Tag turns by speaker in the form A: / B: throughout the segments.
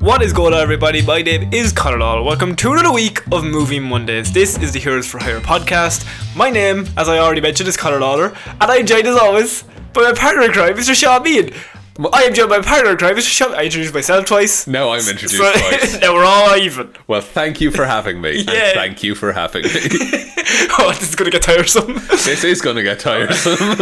A: What is going on, everybody? My name is Connor Law. Welcome to another week of Movie Mondays. This is the Heroes for Hire podcast. My name, as I already mentioned, is Connor Lawler, and I'm joined as always by my partner in crime, Mr. Sean Mead. I am joined by my partner in crime, Mr. Sean. I introduced myself twice.
B: Now I'm introduced
A: So-
B: twice.
A: now we're all even.
B: Well, thank you for having me.
A: Yeah.
B: And thank you for having me.
A: oh, this is going to get tiresome.
B: this is going to get tiresome.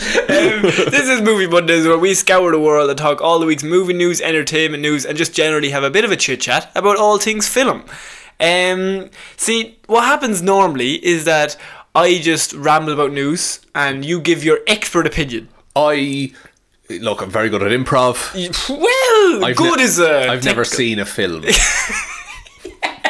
A: Um, this is Movie Mondays, where we scour the world and talk all the week's movie news, entertainment news, and just generally have a bit of a chit chat about all things film. Um, see, what happens normally is that I just ramble about news and you give your expert opinion.
B: I. Look, I'm very good at improv.
A: You- Well,
B: I've
A: good
B: ne-
A: is a.
B: I've never seen a film.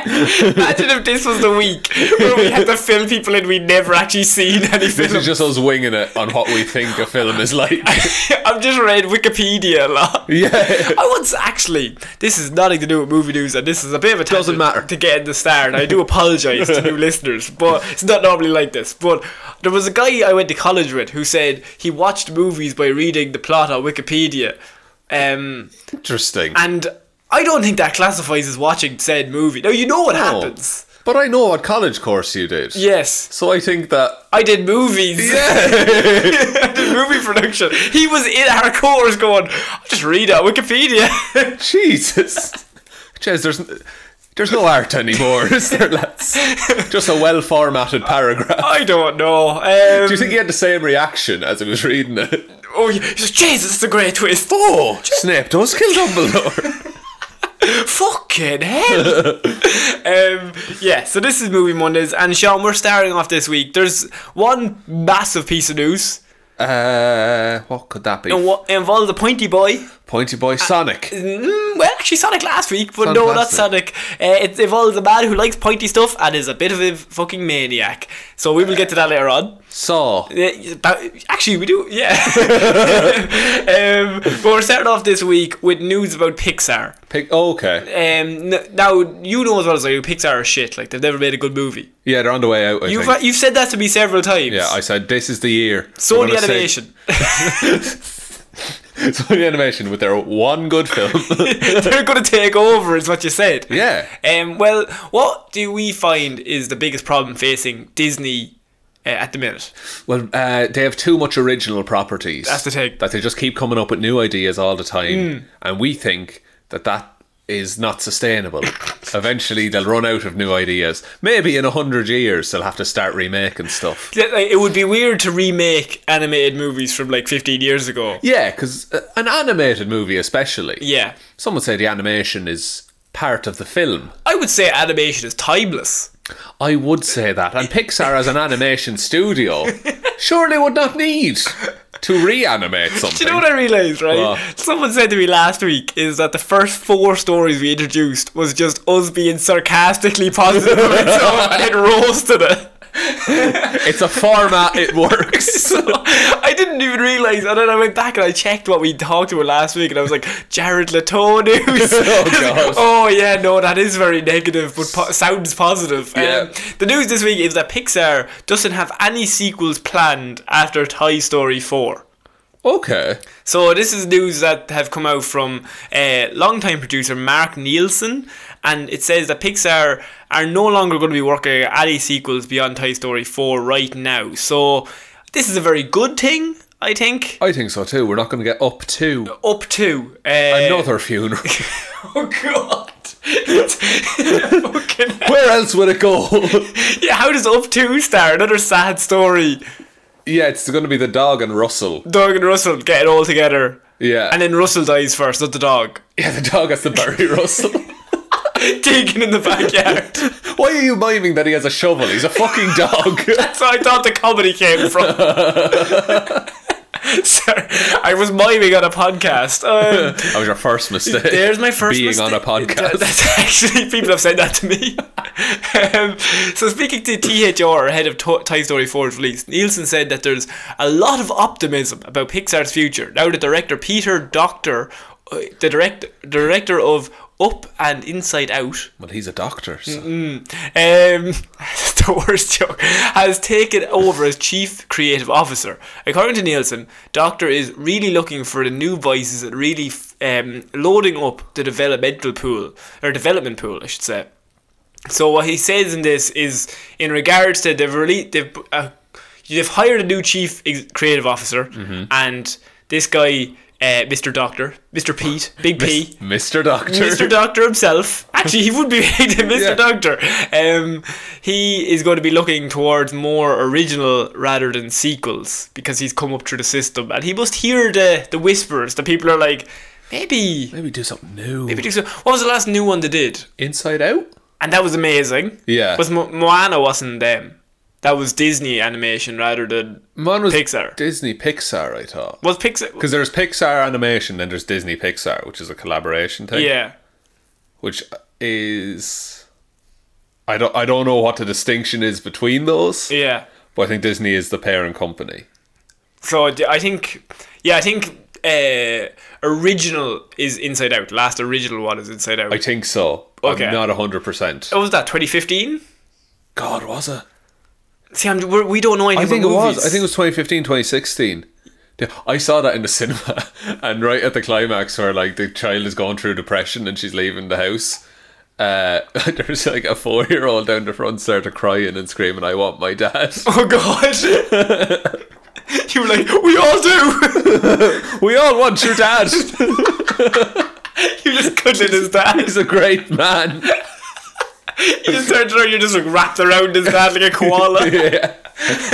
A: Imagine if this was the week where we had to fill people in we'd never actually seen any
B: this
A: film.
B: is just us winging it on what we think a film is like.
A: I've just read Wikipedia a lot.
B: yeah.
A: I once actually, this is nothing to do with movie news, and this is a bit of a
B: Doesn't
A: tangent
B: matter.
A: to get in the start. I do apologise to new listeners, but it's not normally like this. But there was a guy I went to college with who said he watched movies by reading the plot on Wikipedia, um,
B: Interesting.
A: and I don't think that classifies as watching said movie. Now you know what
B: No.
A: happens.
B: But I know what college course you did.
A: Yes,
B: So I think that.
A: I did movies. I did movie production. He was in our course going, just read it on Wikipedia.
B: Jesus. Jez, there's. n- There's no art anymore, is there, lads? Just a well formatted paragraph.
A: I don't know. Um,
B: Do you think he had the same reaction as he was reading it?
A: Oh, yeah. He says, Jesus, it's a great twist.
B: Oh, Snape does kill Dumbledore.
A: Fucking hell. um, yeah, so this is Movie Mondays. And Sean, we're starting off this week. There's one massive piece of news.
B: uh, what could that be?
A: And what it involves a pointy boy.
B: Pointy
A: Uh,
B: Boy Sonic.
A: Mm, well, actually, Sonic last week, but
B: Sonic
A: no,
B: last
A: not Sonic. Uh, it involves a man who likes pointy stuff and is a bit of a fucking maniac. So we will get to that later on.
B: Saw.
A: Yeah, that- actually, we do, yeah. um, but we're starting off this week with news about Pixar.
B: Pig- oh, okay.
A: Um, n- now you know as well as I do, Pixar are shit. Like they've never made a good movie.
B: Yeah, they're on the way out. I
A: You've
B: think.
A: you've said that to me several times.
B: yeah, I said this is the year. We're
A: Sony
B: gonna say-
A: Animation.
B: Sony Animation with their one good film.
A: They're going to take over, is what you said.
B: yeah.
A: Um. Well, what do we find is the biggest problem facing Disney uh, at the minute?
B: Well, uh, they have too much original properties.
A: That's the thing. Mm.
B: That they just keep coming up with new ideas all the time, and we think that that is not sustainable. Eventually, they'll run out of new ideas. Maybe in a hundred years, they'll have to start remaking stuff.
A: That, like, It would be weird to remake animated movies from like 15 years ago.
B: Yeah, because an animated movie, especially.
A: Yeah.
B: Some would say the animation is part of the film.
A: I would say animation is timeless.
B: I would say that. And Pixar, as an animation studio, surely would not need to reanimate something.
A: Do you know what I realized, right?
B: What?
A: Someone said to me last week is that the first four stories we introduced was just us being sarcastically positive about stuff and then roasted it.
B: It's a format, it works.
A: So I didn't even realize, and then I went back and I checked what we talked about last week, and I was like, Jared Leto news.
B: Oh, God.
A: oh yeah, no, that is very negative, but po- sounds positive. Um,
B: Yeah.
A: the news this week is that Pixar doesn't have any sequels planned after Toy Story Four.
B: okay.
A: So this is news that have come out from uh, longtime producer Mark Nielsen, and it says that Pixar are no longer going to be working on any sequels beyond Toy Story 4 right now. So this is a very good thing, I think.
B: I think so too. We're not going to get up to
A: Up to uh,
B: another funeral.
A: Oh God! Fucking hell.
B: Where else would it go?
A: yeah, how does up to start? Another sad story.
B: yeah, it's going to be the dog and Russell.
A: Doug and Russell get it all together,
B: Yeah.
A: and then Russell dies first, not the dog.
B: yeah, the dog has to bury Russell.
A: Digging in the backyard.
B: Why are you miming that he has a shovel? He's a fucking dog.
A: So I thought the comedy came from. Sorry, I was miming on a podcast. Um,
B: That was your first mistake.
A: there's my first
B: being on a
A: mistake. That-
B: podcast.
A: that's actually people have said that to me. um, so speaking to THR, head of to- Toy Story 4's release, Nielsen said that there's a lot of optimism about Pixar's future now that director Peter Doctor uh, the direct director of Up and Inside Out,
B: Well, he's a doctor. So.
A: um, the worst joke, has taken over as chief creative officer. According to Nielsen, Doctor is really looking for the new voices and really f- um, loading up the developmental pool, or development pool, I should say. So what he says in this is, in regards to they've really they've uh, they've hired a new chief ex- creative officer, and this guy, uh, Mr. Doctor, Mr. Pete, Big P,
B: Mr. Doctor.
A: Mr. Doctor himself. Actually, he would be Mr.
B: Yeah.
A: Doctor. Um, he is going to be looking towards more original rather than sequels because he's come up through the system and he must hear the, the whispers. The people are like, maybe.
B: Maybe do something new.
A: maybe do some- What was the last new one they did?
B: Inside Out?
A: And that was amazing.
B: Yeah.
A: Was Mo- Moana wasn't them. That was Disney animation rather than.
B: Mine was
A: Pixar.
B: Disney Pixar, I thought.
A: Was Pixar.
B: Because there's Pixar Animation and there's Disney Pixar, which is a collaboration thing.
A: Yeah.
B: Which is. I don't, I don't know what the distinction is between those,
A: Yeah.
B: but I think Disney is the parent company.
A: So I d- I think, yeah, I think uh, original is Inside Out. Last original one is Inside Out.
B: I think so.
A: Okay. Oh.
B: I'm not 100%.
A: what was that? 2015?
B: God, was it?
A: See, I'm, we're, we don't know anything.
B: I think it
A: about
B: was.
A: movies.
B: I think it was 2015, 2016. Yeah, I saw that in the cinema, and right at the climax where like the child is going through depression and she's leaving the house, uh, there's like a four-year-old down the front started crying and screaming, "I want my dad."
A: Oh God! you were like, we all do.
B: we all want your dad.
A: you just cuddling his dad.
B: He's a great man.
A: You just turned around. You're just like wrapped around his dad like a koala.
B: yeah.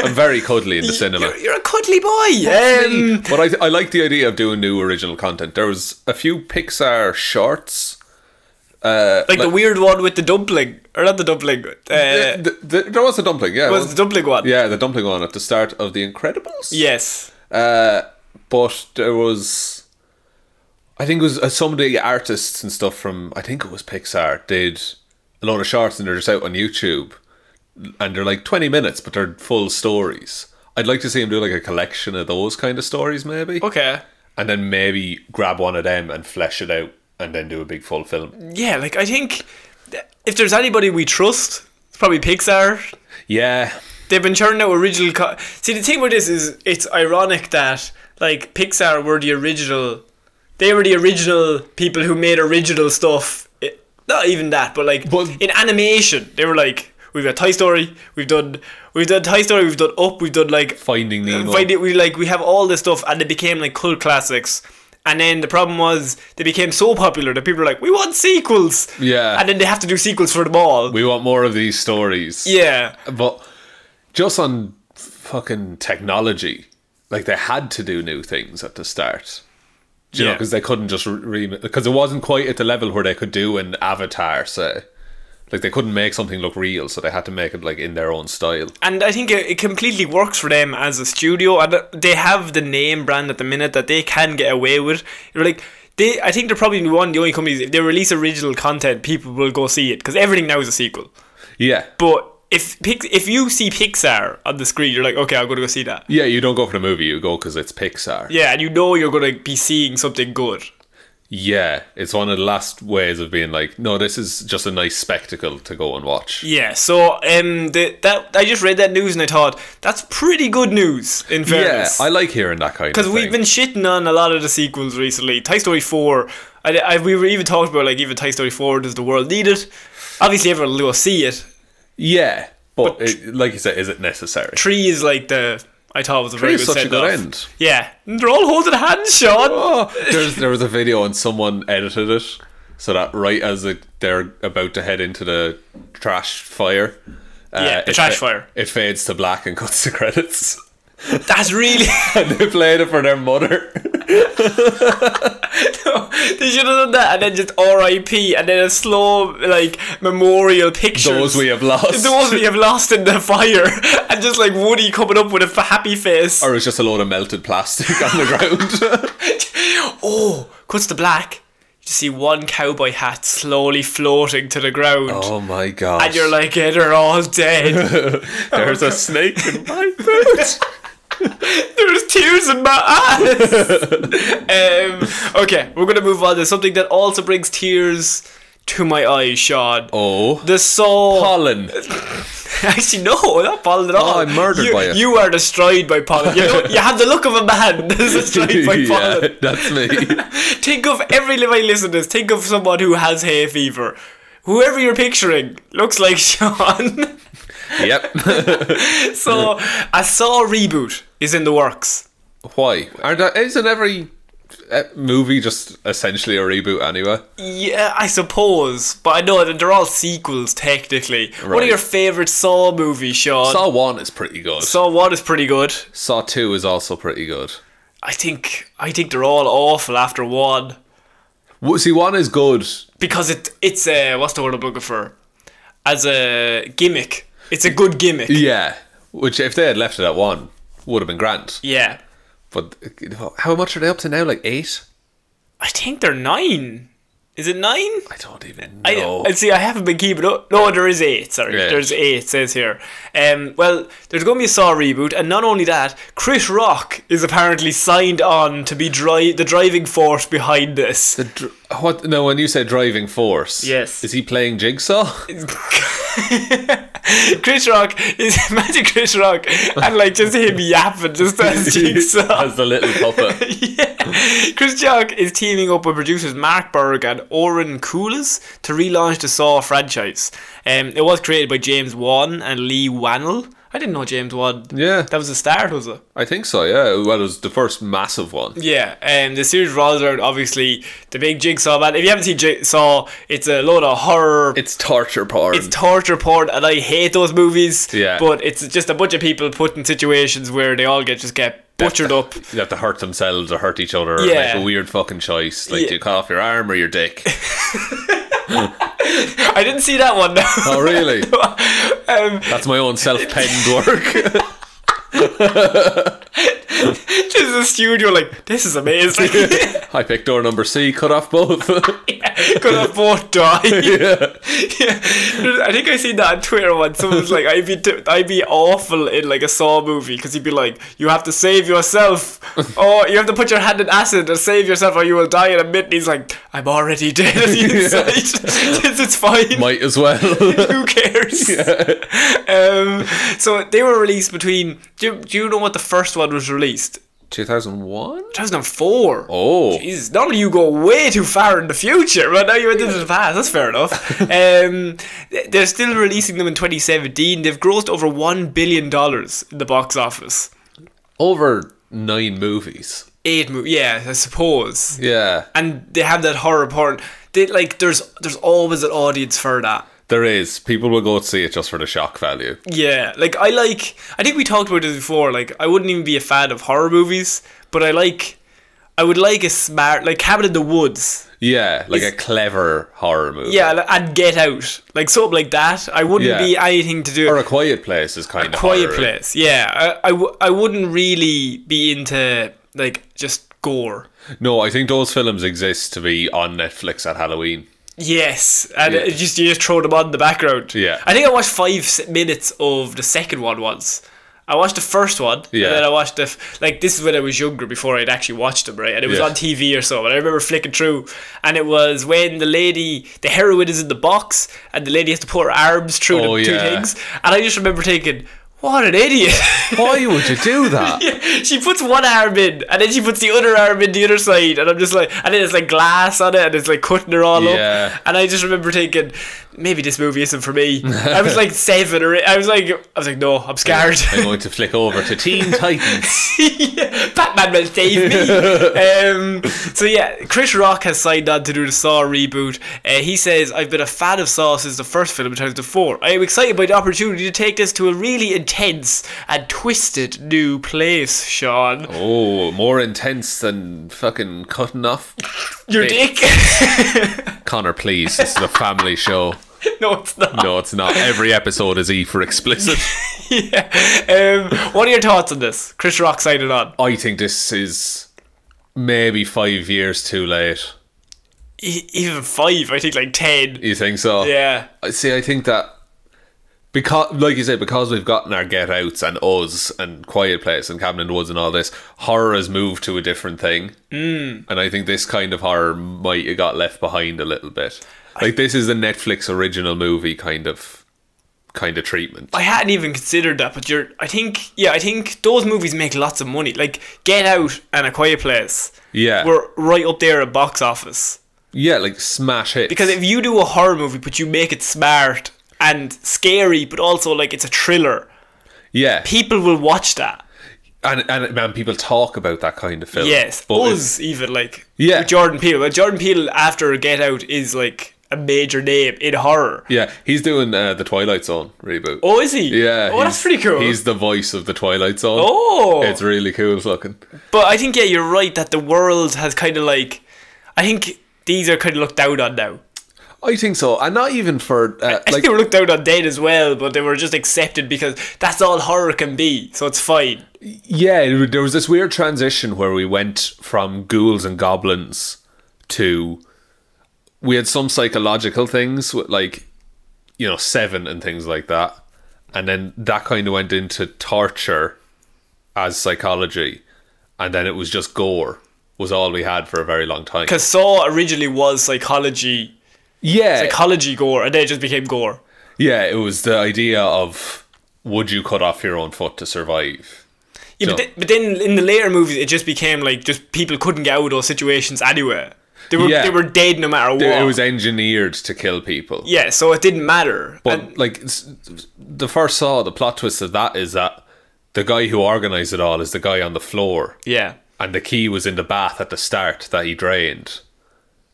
B: I'm very cuddly in the cinema.
A: You're, you're a cuddly boy. Um,
B: but I, I like the idea of doing new original content. There was a few Pixar shorts. Uh,
A: like the weird one with the dumpling, or not the dumpling. Uh,
B: Yeah, th- th- there was a dumpling, yeah.
A: was the dumpling one?
B: yeah, the dumpling one at the start of The Incredibles.
A: Yes.
B: Uh, but there was, I think it was uh, some of the artists and stuff from, I think it was Pixar, did a lot of shorts and they're just out on YouTube. And they're like 20 minutes, but they're full stories. I'd like to see him do like a collection of those kind of stories, maybe.
A: Okay.
B: And then maybe grab one of them and flesh it out and then do a big full film.
A: Yeah, like I think th- if there's anybody we trust, it's probably Pixar.
B: Yeah.
A: They've been churning out original. Co- See, the thing with this is it's ironic that like Pixar were the original. They were the original people who made original stuff. It, not even that, but like
B: But-
A: in animation, they were like, we've got Toy Story, we've done, we've done Toy Story, we've done Up, we've done like
B: Finding Nemo.
A: find it, we like we have all this stuff and they became like cult classics and then the problem was they became so popular that people were like we want sequels
B: Yeah.
A: and then they have to do sequels for them all
B: we want more of these stories.
A: yeah
B: But just on fucking technology, like they had to do new things at the start. Do you know,
A: Yeah.
B: because they couldn't just re because it wasn't quite at the level where they could do an Avatar, say. Like they couldn't make something look real, so they had to make it like in their own style.
A: and I think it, it completely works for them as a studio and they have the name brand at the minute that they can get away with you're like they, I think they're probably one of the only companies if they release original content people will go see it because everything now is a sequel
B: Yeah,
A: but if Pix- if you see Pixar on the screen you're like okay I'm gonna go see that
B: yeah. You don't go for the movie; you go because it's Pixar.
A: yeah and you know you're gonna be seeing something good
B: Yeah, it's one of the last ways of being like, no, this is just a nice spectacle to go and watch.
A: Yeah, so um, the, that I just read that news and I thought that's pretty good news. In
B: Yeah,
A: fairness,
B: I like hearing that kind of
A: because
B: thing.
A: we've been shitting on a lot of the sequels recently. Toy Story Four, I, I, we were even talking about like even Toy Story Four. Does the world need it? Obviously, everyone will go see it.
B: yeah, but, it, like you said, is it necessary?
A: Three is like the I thought was a very
B: Three is
A: good
B: such a
A: send-off.
B: good end.
A: Yeah, And they're all holding hands, Sean.
B: Oh, there's, there was a video and someone edited it so that right as it, they're about to head into the trash fire, uh,
A: Yeah, the
B: it
A: trash fire.
B: it fades to black and cuts to credits.
A: That's really
B: and they played it for their mother.
A: they should have done that, and then just R.I.P. and then a slow like memorial picture.
B: Those we have lost,
A: The ones we have lost in the fire, and just like Woody coming up with a f- happy face.
B: or it's just a load of melted plastic on the ground.
A: oh, cuts to black. You see one cowboy hat slowly floating to the ground,
B: oh my god!
A: and you're like, "Yeah, they're all dead."
B: there's a snake in my throat.
A: There's tears in my eyes. um, okay, we're gonna move on to something that also brings tears to my eyes, Sean.
B: Oh.
A: The soul.
B: pollen.
A: Actually, no, not pollen at all.
B: Oh, I'm murdered
A: you,
B: by it.
A: You are destroyed by pollen. You, know, you have the look of a man that's destroyed by
B: yeah,
A: pollen.
B: that's me.
A: Think of every of my listeners. Think of someone who has hay fever. Whoever you're picturing looks like Sean.
B: yep.
A: so, a Saw reboot is in the works.
B: Why? Aren't I, isn't every uh, movie just essentially a reboot anyway?
A: Yeah, I suppose, but I know that they're all sequels technically. What are
B: Right.
A: your favorite Saw movies, Sean?
B: Saw 1 is pretty good.
A: Saw One is pretty good.
B: Saw 2 is also pretty good.
A: I think I think they're all awful after one.
B: Wo- See, 1 is good.
A: because it it's a what's the word I'm looking for? As a gimmick, it's a good gimmick.
B: Yeah. Which, if they had left it at 1, would have been grand.
A: Yeah,
B: But uh, how much are they up to now? Like 8?
A: I think they're nine. Is it nine?
B: I don't even
A: I-
B: know.
A: I see. I haven't been keeping up. No, there is eight. Sorry,
B: Yeah.
A: there's eight. it Says here. Um, well, there's going to be a Saw reboot, and not only that, Chris Rock is apparently signed on to be dri- the driving force behind this.
B: the dr- what? No, when you say driving force,
A: Yes.
B: is he playing Jigsaw?
A: Chris Rock is imagine Chris Rock and like just him yapping just as jigsaw.
B: as the little puppet.
A: yeah. Chris Jock is teaming up with producers Mark Berg and Oren Coolis to relaunch the Saw franchise. Um, it was created by James Wan and Lee Wannell. I didn't know James Wan.
B: Yeah.
A: That was the start, was it?
B: I think so. Yeah, well, it was the first massive one.
A: Yeah, um, the series rolls around obviously the big Jigsaw man. If you haven't seen Jigsaw, it's a load of horror. It's-
B: It's torture porn.
A: torture porn, and I hate those movies.
B: Yeah.
A: but it's just a bunch of people put in situations where they all get just get butchered up.
B: You have to hurt themselves or hurt each other or
A: Yeah.
B: make a weird fucking choice. Like,
A: Yeah.
B: do you cut off your arm or your dick?
A: I didn't see that one.
B: oh, really?
A: um,
B: That's my own self penned work.
A: This is a studio like this is amazing.
B: I picked door number C, cut off both.
A: Could have both die.
B: yeah.
A: Yeah. I think I seen that on Twitter once. Someone's like, "I'd be, t- I'd be awful in like a Saw movie because he'd be like, you have to save yourself, or you have to put your hand in acid to save yourself, or you will die in a minute." And he's like, "I'm already dead on the inside. this is fine.
B: Might as well.
A: Who cares?" Um, so they were released between. Do, you- do you know what the first one was released?
B: 2001?
A: 2004.
B: Oh.
A: Jeez, not only you go way too far in the future, but now you're into the past. That's fair enough. um, th- they're still releasing them in 2017. They've grossed over one billion dollars in the box office.
B: Over nine movies.
A: Eight movies, yeah, I suppose.
B: Yeah.
A: And they have that horror porn. They like there's there's always an audience for that.
B: There is. People will go see it just for the shock value.
A: Yeah, like I like. I think we talked about this before. Like I wouldn't even be a fan of horror movies, but I like. I would like a smart like Cabin in the Woods.
B: Yeah. Like a clever horror movie.
A: Yeah, li- and Get Out, like something like that. I wouldn't
B: Yeah.
A: be anything to do.
B: Or a quiet place is kind of
A: Quiet
B: horror-y.
A: Place. Yeah, I, I, w- I wouldn't really be into like just gore.
B: No, I think those films exist to be on Netflix at Halloween.
A: Yes, and
B: Yeah.
A: it just you just throw them on in the background.
B: Yeah.
A: I think I watched five s- minutes of the second one once. I watched the first one,
B: Yeah.
A: and then I watched the f- like this is when I was younger before I'd actually watched them, right? And it was
B: Yeah.
A: on TV or so. And I remember flicking through, and it was when the lady, the heroine is in the box, and the lady has to put her arms through
B: Oh,
A: the two
B: yeah.
A: things, and I just remember thinking, "What an idiot!"
B: Why would you do that?
A: she puts one arm in, and then she puts the other arm in the other side, and I'm just like, and then it's like glass on it, and it's like cutting her all
B: Yeah.
A: up. And I just remember thinking, maybe this movie isn't for me. I was like seven or eight. I was like, I was like, no, I'm scared.
B: I'm going to flick over to Teen Titans.
A: Yeah, Batman will save me. um, so yeah, Chris Rock has signed on to do the Saw reboot. Uh, he says, "I've been a fan of Saw since the first film in 2004. I am excited by the opportunity to take this to a really intense and twisted new place, Sean.
B: Oh, more intense than fucking cutting off.
A: Your
B: Dick.
A: dick?
B: Connor, please. This is a family show.
A: no, it's not.
B: No, it's not. Every episode is E for explicit.
A: Yeah. Um, what are your thoughts on this? Chris Rock signing on.
B: I think this is maybe five years too late.
A: E- even five, I think like ten.
B: You think so?
A: Yeah.
B: I See, I think that because, like you said, because we've gotten our Get Outs and Us and Quiet Place and Cabin in the Woods and all this, horror has moved to a different thing. Mm. And I think this kind of horror might have got left behind a little bit. Like this is a Netflix original movie kind of kind of treatment.
A: I hadn't even considered that, but you're. I think, yeah, I think those movies make lots of money. Like Get Out and A Quiet Place
B: Yeah,
A: were right up there at box office.
B: yeah, like smash hits.
A: Because if you do a horror movie, but you make it smart and scary, but also like it's a thriller,
B: yeah,
A: people will watch that.
B: and and man, people talk about that kind of film.
A: Yes,
B: but it's-
A: Us even like
B: Yeah.
A: with Jordan Peele. But Jordan Peele after Get Out is like a major name in horror.
B: yeah, he's doing uh, the Twilight Zone reboot.
A: Oh, is he?
B: Yeah,
A: Oh, that's
B: he's-
A: pretty cool.
B: He's the voice of the Twilight Zone.
A: Oh.
B: it's really cool looking.
A: But I think yeah, you're right that the world has kind of like, I think these are kind of looked down on now.
B: I think so, and not even for uh,
A: I think
B: like
A: they were looked down on dead as well, but they were just accepted because that's all horror can be, so it's fine.
B: yeah. it was- There was this weird transition where we went from ghouls and goblins to we had some psychological things with like you know Seven and things like that, and then that kind of went into torture as psychology, and then it was just gore was all we had for a very long time.
A: Because Saw originally was psychology,
B: Yeah,
A: psychology gore, and then it just became gore.
B: Yeah, it was the idea of would you cut off your own foot to survive?
A: Yeah, but,
B: So-
A: then, but then in the later movies, it just became like just people couldn't get out of those situations anyway. They were
B: Yeah.
A: they were dead no matter what.
B: It was engineered to kill people.
A: yeah, so it didn't matter.
B: But
A: and,
B: like s- the first saw, the plot twist of that is that the guy who organized it all is the guy on the floor,
A: yeah,
B: and the key was in the bath at the start that he drained.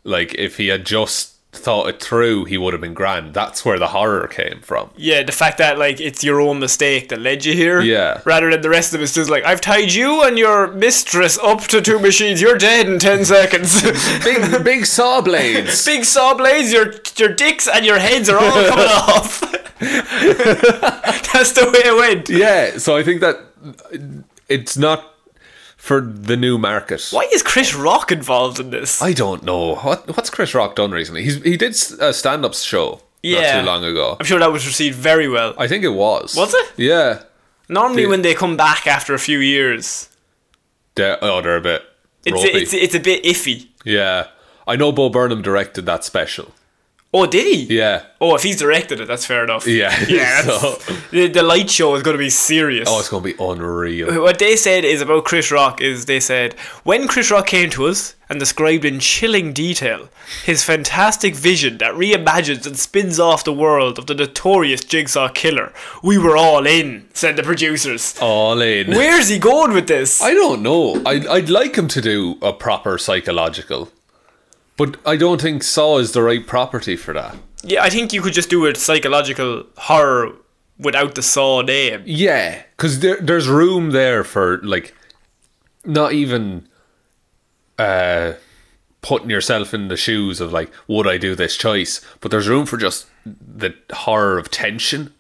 B: Like if he had just thought it through, he would have been grand. That's where the horror came from.
A: yeah, the fact that like it's your own mistake that led you here.
B: Yeah.
A: Rather than the rest of us just like I've tied you and your mistress up to two machines. You're dead in ten seconds.
B: Big big saw blades.
A: Big saw blades. Your your dicks and your heads are all coming off. That's the way it went.
B: yeah, so I think that it's not for the new market.
A: Why is Chris Rock involved in this?
B: I don't know what what's Chris Rock done recently. He's he did s- a stand up show
A: Yeah.
B: not too long ago.
A: I'm sure that was received very well.
B: I think it was.
A: Was it?
B: Yeah.
A: Normally,
B: Dude.
A: when they come back after a few years,
B: They're, oh, they're a bit
A: it's
B: ropey.
A: it's, it's a bit iffy.
B: yeah, I know Bo Burnham directed that special.
A: Oh, did he?
B: Yeah.
A: Oh, if he's directed it, that's fair enough.
B: Yeah,
A: yeah. that's-
B: so-
A: The, the light show is going to be serious.
B: Oh, it's gonna be unreal.
A: what they said is about Chris Rock is they said when Chris Rock came to us and described in chilling detail his fantastic vision that reimagines and spins off the world of the notorious Jigsaw killer, we were all in. Said the producers.
B: All in.
A: Where's he going with this?
B: I don't know. I'd, I'd like him to do a proper psychological, but I don't think Saw is the right property for that.
A: Yeah, I think you could just do a psychological horror without the Saw name.
B: Yeah, because there, there's room there for like not even uh putting yourself in the shoes of like would I do this choice, but there's room for just the horror of tension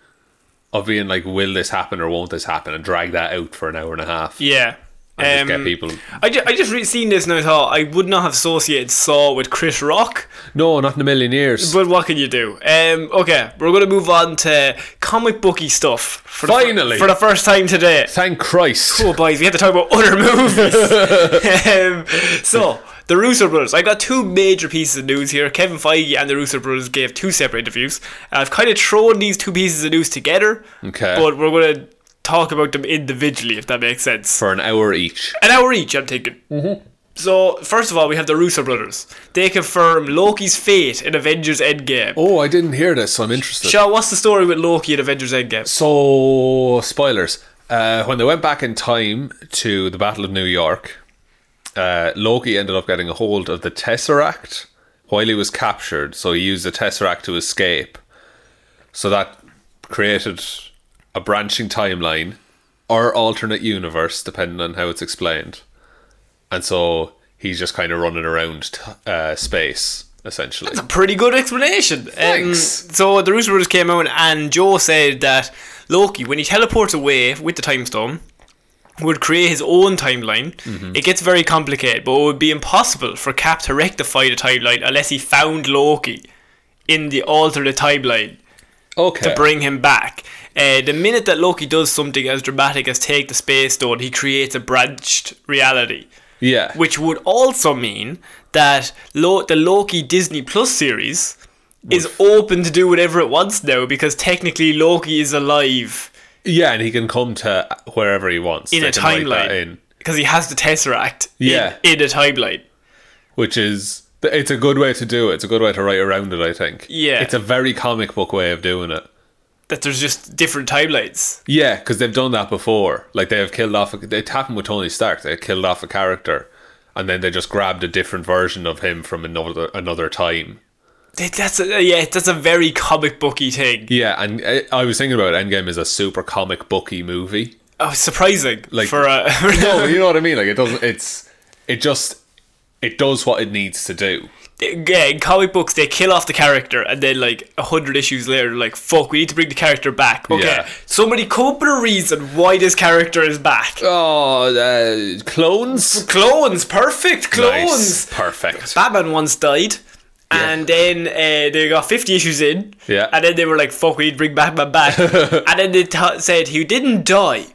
B: of being like will this happen or won't this happen and drag that out for an hour and a half
A: Yeah.
B: and just
A: Um,
B: get people.
A: I, ju- I just re- seen this and I thought I would not have associated Saw with Chris Rock,
B: No, not in a million years.
A: but what can you do? Um, okay, we're going to move on to comic booky stuff. For the fir-
B: Finally.
A: for the first time today.
B: Thank Christ.
A: Oh, boys, we have to talk about other movies. um, so, the Russo brothers. I got two major pieces of news here. Kevin Feige and the Russo brothers gave two separate interviews. I've kind of thrown these two pieces of news together,
B: Okay.
A: but we're going to talk about them individually, if that makes sense.
B: For an hour each.
A: An hour each, I'm thinking. Mm-hmm. So, first of all, we have the Russo brothers. They confirm Loki's fate in Avengers Endgame.
B: Oh, I didn't hear this, so I'm interested.
A: Shaw, what's the story with Loki in Avengers Endgame?
B: So, spoilers. Uh, when they went back in time to the Battle of New York, uh, Loki ended up getting a hold of the Tesseract while he was captured. So he used the Tesseract to escape. So that created a branching timeline or alternate universe, depending on how it's explained. And so he's just kind of running around t- uh, space, essentially.
A: Pretty good explanation. Um,
B: Thanks.
A: so the Russo brothers came out, and Joe said that Loki, when he teleports away with the time stone, would create his own timeline. It gets very complicated, but it would be impossible for Cap to rectify the timeline unless he found Loki in the alternate timeline.
B: Okay.
A: to bring him back. Uh, the minute that Loki does something as dramatic as take the space stone, he creates a branched reality,
B: yeah.
A: which would also mean that Lo- the Loki Disney Plus series is open to do whatever it wants now because technically Loki is alive
B: yeah, and he can come to wherever he wants.
A: in
B: They
A: a
B: can write that
A: timeline
B: in,
A: because he has the Tesseract in-
B: Yeah.
A: in a timeline.
B: which is it's a good way to do it. It's a good way to write around it. I think.
A: Yeah.
B: It's a very comic book way of doing it.
A: That there's just different timelines.
B: Yeah, because they've done that before. Like they have killed off. A, it happened with Tony Stark. They killed off a character, and then they just grabbed a different version of him from another another time.
A: That- That's a, yeah, that's a very comic booky thing.
B: Yeah, and I, I was thinking about it, Endgame is a super comic booky movie.
A: Oh, surprising! Like
B: Like-
A: for a
B: No, but Oh, you know what I mean. Like it doesn't. It's it just it does what it needs to do.
A: yeah, in comic books they kill off the character and then like a hundred issues later, they're like fuck, we need to bring the character back. Okay,
B: Yeah.
A: somebody come up with a reason why this character is back.
B: Oh, uh, clones.
A: Clones, perfect clones.
B: Nice. Perfect.
A: Batman once died. And then uh, they got 50 issues in.
B: Yeah.
A: And then they were like, fuck, we need to bring Batman back. and then they t- said he didn't die.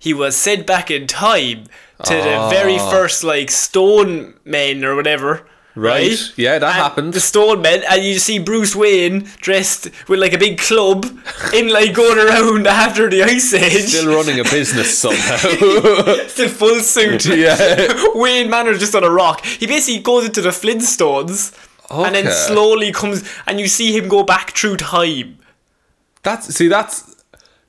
A: He was sent back in time to the very
B: Ah.
A: first, like, stone men or whatever.
B: Right. Yeah, that
A: And
B: happened.
A: The stone men, and you see Bruce Wayne dressed with, like, a big club in, like, going around after the Ice Age.
B: Still running a business somehow.
A: Still full suit.
B: yeah.
A: Wayne Manor's just on a rock. He basically goes into the Flintstones and then
B: Okay.
A: slowly comes and you see him go back through time.
B: That's see. That's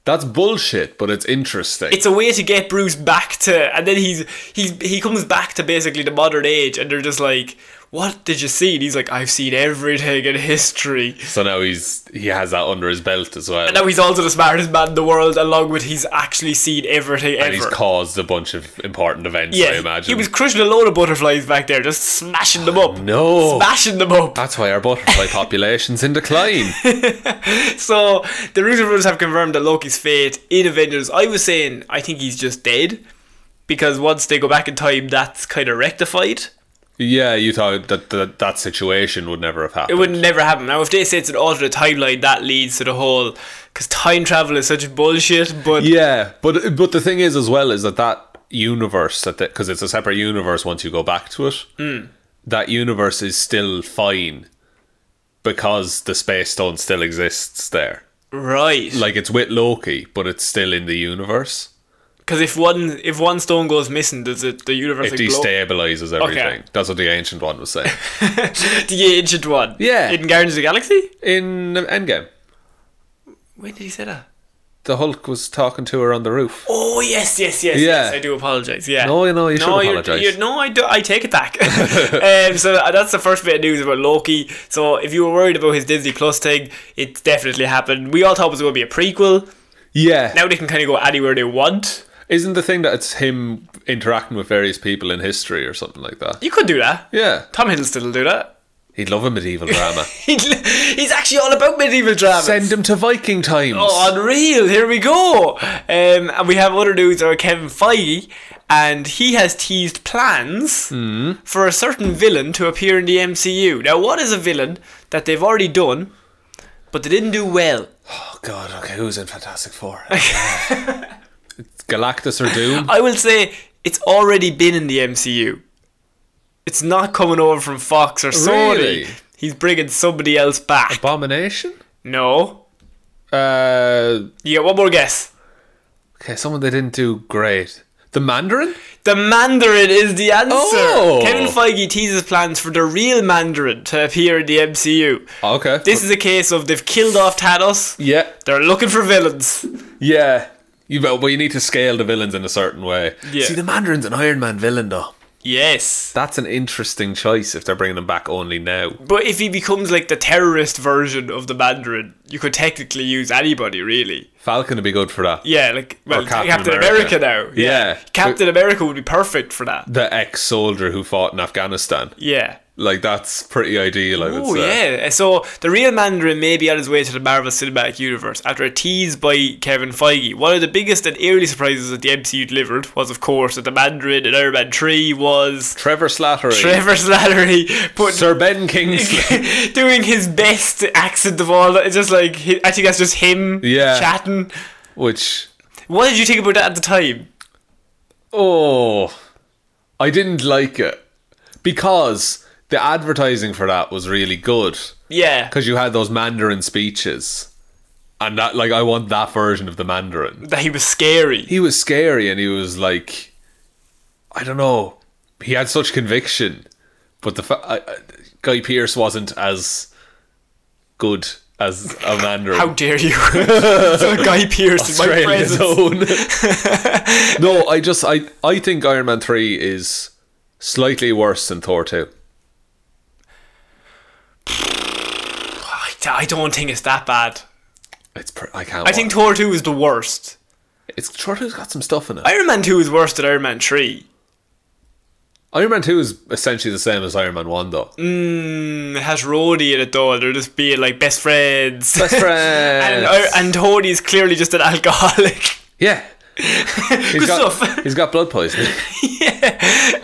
B: that's bullshit, but it's interesting.
A: It's a way to get Bruce back to and then he's he's he comes back to basically the modern age and they're just like, What did you see? And he's like, I've seen everything in history.
B: so now he's he has that under his belt as well.
A: And now he's also the smartest man in the world, along with he's actually seen everything
B: And he's
A: ever.
B: caused a bunch of important events, I
A: yeah,
B: imagine.
A: he was crushing a load of butterflies back there, just smashing them up.
B: No.
A: Smashing them up.
B: That's why our butterfly population's in decline.
A: So the Russo brothers have confirmed that Loki's fate in Avengers. I was saying I think he's just dead because once they go back in time, that's kind of rectified.
B: yeah, you thought that, that that situation would never have
A: It
B: happened.
A: would never happen. Now, if they say it's an alternate timeline, that leads to the whole because time travel is such bullshit. But
B: Yeah, but but the thing is as well is that that universe that because it's a separate universe once you go back to it, that universe is still fine because the space stone still exists there.
A: right,
B: Like it's with Loki, but it's still in the universe.
A: because if one if one stone goes missing, does it the universe
B: It
A: explode?
B: destabilizes everything. That's what the ancient one was saying
A: the ancient one?
B: Yeah.
A: in Guardians of the Galaxy.
B: in Endgame.
A: When did he say that?
B: the Hulk was talking to her on the roof.
A: Oh yes, yes, yes.
B: Yeah.
A: yes, I do apologize. Yeah.
B: No, no, you shouldn't
A: you're-
B: apologise.
A: you're- No, I do. I take it back. um, so that's the first bit of news about Loki. So if you were worried about his Disney Plus thing, it definitely happened. We all thought it was going to be a prequel.
B: Yeah.
A: Now they can kind of go anywhere they want.
B: Isn't the thing that it's him interacting with various people in history or something like that?
A: You could do that.
B: Yeah.
A: Tom Hiddleston will do that.
B: He'd love a medieval drama.
A: He's actually all about medieval drama.
B: Send him to Viking times.
A: Oh, unreal! Here we go. Um, and we have other news about Kevin Feige, and he has teased plans for a certain villain to appear in the MCU. Now, what is a villain that they've already done, but they didn't do well?
B: Oh, God. Okay, who's in Fantastic Four? It's Galactus or Doom?
A: I will say it's already been in the MCU. It's not coming over from Fox or Sony.
B: Really?
A: He's bringing somebody else back.
B: Abomination?
A: No.
B: Uh,
A: You get one more guess.
B: okay, someone they didn't do great. The Mandarin?
A: The Mandarin is the answer.
B: Oh.
A: Kevin Feige teases plans for the real Mandarin to appear in the MCU.
B: Oh, okay.
A: This is a case of they've killed off Thanos.
B: yeah.
A: They're looking for villains.
B: Yeah. You, but but you need to scale the villains in a certain way.
A: Yeah.
B: See, the Mandarin's an Iron Man villain, though.
A: Yes.
B: That's an interesting choice if they're bringing them back only now.
A: But if he becomes like the terrorist version of the Mandarin, you could technically use anybody, really.
B: Falcon would be good for that.
A: Yeah, like well,
B: Captain
A: Captain, America.
B: America.
A: now.
B: Yeah.
A: Captain America would be perfect for that.
B: The ex soldier who fought in Afghanistan.
A: Yeah.
B: Like, that's pretty ideal, I would
A: Oh
B: say.
A: yeah. So the real Mandarin may be on his way to the Marvel Cinematic Universe after a tease by Kevin Feige. One of the biggest and eerie surprises that the MCU delivered was, of course, that the Mandarin in Iron Man Three was
B: Trevor Slattery.
A: Trevor Slattery put
B: Sir Ben Kingsley.
A: doing his best accent of all. It's just like he- I think that's just him
B: Yeah.
A: chatting.
B: Which,
A: What did you think about that at the time?
B: oh, I didn't like it. Because the advertising for that was really good.
A: Yeah,
B: Because you had those Mandarin speeches. And that, like, I want that version of the Mandarin.
A: that he was scary.
B: he was scary and he was like i don't know he had such conviction but the fa- I, I, guy pierce wasn't as good as a mandarin
A: How dare you? so Guy Pearce in my
B: Australia's
A: presence.
B: own. no i just I, I think iron man 3 is slightly worse than thor 2
A: I, I don't think it's that bad.
B: it's pr- i can't
A: I think Thor 2 is the worst.
B: it's thor 2's got some stuff in it
A: Iron Man 2 is worse than Iron Man 3.
B: iron man 2 is essentially the same as iron man 1 though
A: Mm, it has Rhodey in it though, they're just being like best friends.
B: best
A: and, uh,
B: friend
A: Ir- and Tony is clearly just an alcoholic.
B: yeah he's
A: Good
B: got,
A: stuff.
B: he's got blood poisoning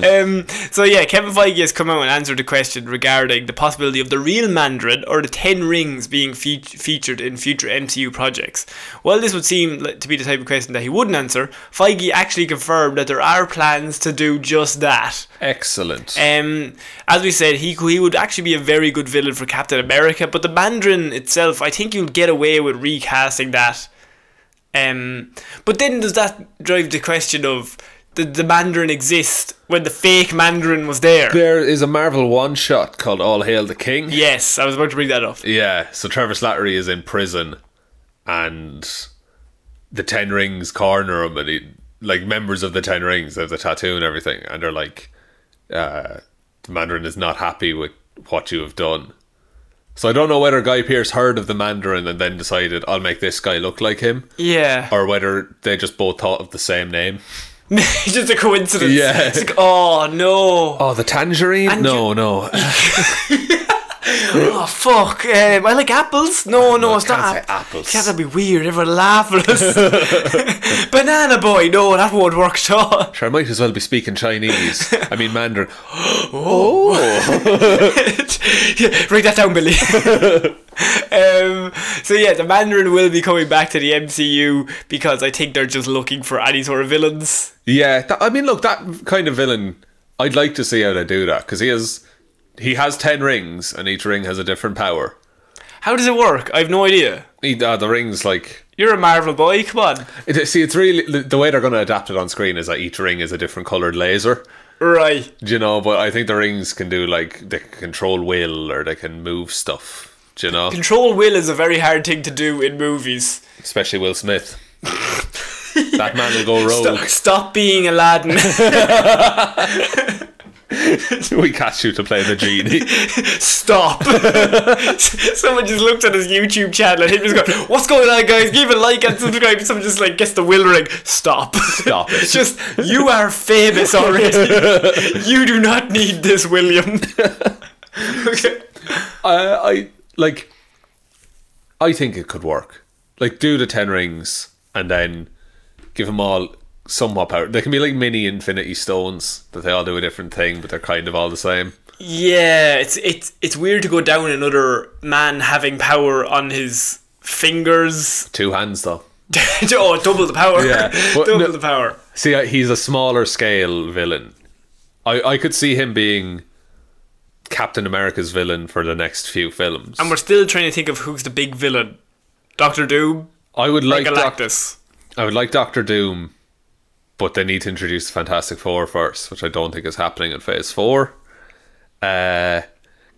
A: um, so yeah, Kevin Feige has come out and answered the question regarding the possibility of the real Mandarin or the Ten Rings being feat featured in future MCU projects. While this would seem li- to be the type of question that he wouldn't answer, Feige actually confirmed that there are plans to do just that.
B: excellent
A: Um, as we said, he cou- he would actually be a very good villain for Captain America, but the Mandarin itself, I think you'll get away with recasting that. Um, but then does that drive the question of did the Mandarin exist when the fake Mandarin was there?
B: There is a Marvel one shot called All Hail the King. Yeah.
A: yes, I was about to bring that up.
B: so Trevor Slattery is in prison and the Ten Rings corner him and he, like members of the Ten Rings have the tattoo and everything and they're like uh, the Mandarin is not happy with what you have done. So I don't know whether Guy Pearce heard of the Mandarin and then decided I'll make this guy look like him
A: Yeah,
B: or whether they just both thought of the same name.
A: It's just a coincidence.
B: Yeah.
A: it's like oh no,
B: Oh, the Tangerine? no, no.
A: oh fuck. Um, I like apples. No, no, it's
B: can't
A: not
B: say
A: app-
B: apples.
A: Yeah, that'd be weird. Everyone would laugh at us. Banana boy. No, that won't work at all.
B: Sure, I might as well be speaking Chinese. I mean Mandarin. oh.
A: Yeah, Write that down, Billy. um, so yeah, the Mandarin will be coming back to the MCU because I think they're just looking for any sort of villains.
B: Yeah, tha- I mean, look, that kind of villain. I'd like to see how they do that because he has he has ten rings, and each ring has a different power.
A: How does it work? I have no idea.
B: He, uh, the rings, like,
A: You're a Marvel boy. Come on.
B: it, see, it's really the- the way they're going to adapt it on screen is that each ring is a different colored laser.
A: Right.
B: Do you know? But I think the rings can do like they can control will or they can move stuff. Do you know?
A: Control will is a very hard thing to do in movies.
B: Especially Will Smith. that man will go rogue.
A: Stop, stop being Aladdin.
B: we cast you to play the genie.
A: stop. Someone just looked at his YouTube channel and he was going, "What's going on, guys? Give a like and subscribe." Someone just like gets the will ring. Stop.
B: Stop it.
A: just you are famous already. you do not need this, William. okay.
B: I, I like. I think it could work. Like, do the ten rings and then give them all somewhat power. They can be like mini Infinity Stones that they all do a different thing, but they're kind of all the same.
A: Yeah, it's it's it's weird to go down another man having power on his fingers.
B: Two hands though.
A: oh, double the power.
B: Yeah, but
A: double
B: no-
A: the power.
B: See, I- he's a smaller scale villain. I I could see him being Captain America's villain for the next few films.
A: And we're still trying to think of who's the big villain. Doctor Doom,
B: I would like Doc-
A: Galactus.
B: I would like Doctor Doom, but they need to introduce the Fantastic Four first, which I don't think is happening in Phase Four. Uh,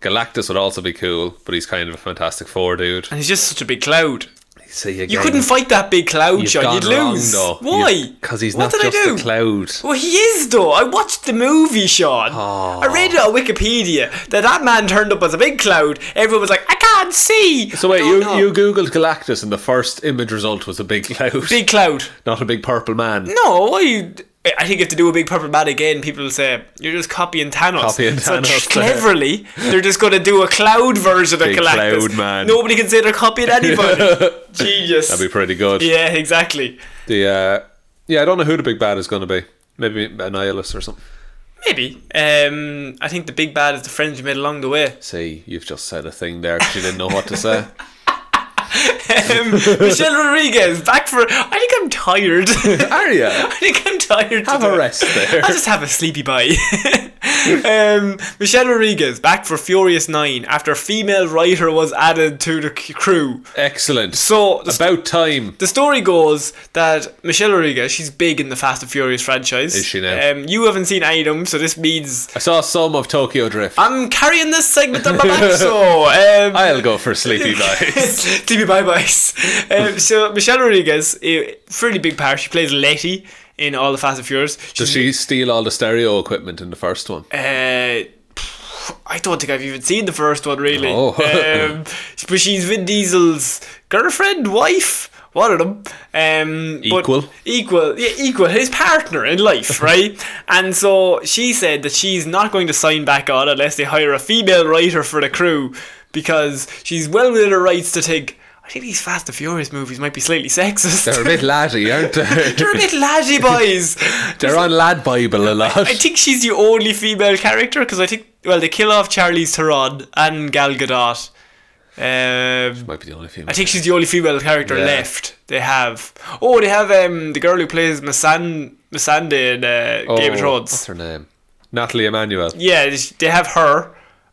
B: Galactus would also be cool, but he's kind of a Fantastic Four dude.
A: And he's just such a big cloud.
B: See again,
A: You couldn't fight that big cloud,
B: You've
A: John.
B: gone
A: You'd
B: wrong,
A: lose.
B: though.
A: Why?
B: Because he's
A: What
B: not
A: did I
B: just
A: do?
B: the cloud.
A: Well, he is though. I watched the movie,
B: Oh.
A: Sean. I read it on Wikipedia that that man turned up as a big cloud. Everyone was like, "I can't can't see.
B: So
A: I
B: wait,
A: don't
B: you,
A: know.
B: you googled Galactus and the first image result was a big cloud,
A: big cloud.
B: not a big purple man.
A: No, I, I think if they do a big purple bat again, people will say you're just copying Thanos.
B: Copying
A: so
B: Thanos,
A: cleverly, they're just going to do a cloud version of
B: Big
A: Galactus.
B: cloud man.
A: Nobody can say they're copying anybody. Genius.
B: That'd be pretty good.
A: yeah, exactly.
B: The uh, yeah, I don't know who the big bad is going to be. Maybe Annihilus or something.
A: Maybe. Um, I think the big bad is the friends you made along the way.
B: See, you've just said a thing there 'cause you didn't know what to say.
A: Um, Michelle Rodriguez back for. I think I'm tired.
B: Are you?
A: I think I'm tired.
B: Have
A: today.
B: a rest there.
A: I'll just have a sleepy bye. um, Michelle Rodriguez back for Furious Nine after female writer was added to the c- crew.
B: Excellent.
A: So the, st-
B: About time.
A: the story goes that Michelle Rodriguez, she's big in the Fast and Furious franchise.
B: Is she now?
A: Um, you haven't seen any of them, so this means
B: I saw some of Tokyo Drift.
A: I'm carrying this segment on my back. So um,
B: I'll go for Sleepy Bye.
A: TV bye byes. Um, so Michelle Rodriguez, a fairly big part. She plays Letty in all the Fast and Furious. She's-
B: Does she steal all the stereo equipment in the first one?
A: Uh, pff, I don't think I've even seen the first one really.
B: Oh.
A: um, but she's Vin Diesel's girlfriend, wife. One of them, um, but
B: Equal.
A: equal, yeah, equal. His partner in life, right? and so she said that she's not going to sign back on unless they hire a female writer for the crew, because she's well within her rights to think. I think these Fast and Furious movies might be slightly sexist.
B: They're a bit laddie, aren't they?
A: They're a bit laddie boys.
B: They're on Lad Bible a lot.
A: I think she's the only female character because I think well they kill off Charlize Theron and Gal Gadot. Um,
B: Might be the only female.
A: I think she's the only female character
B: Yeah.
A: left they have. Oh, they have um the girl who plays Masan Masande in uh, Game of
B: Oh, What's
A: Thrones.
B: her name? Natalie Emmanuel.
A: Yeah, they- they have her.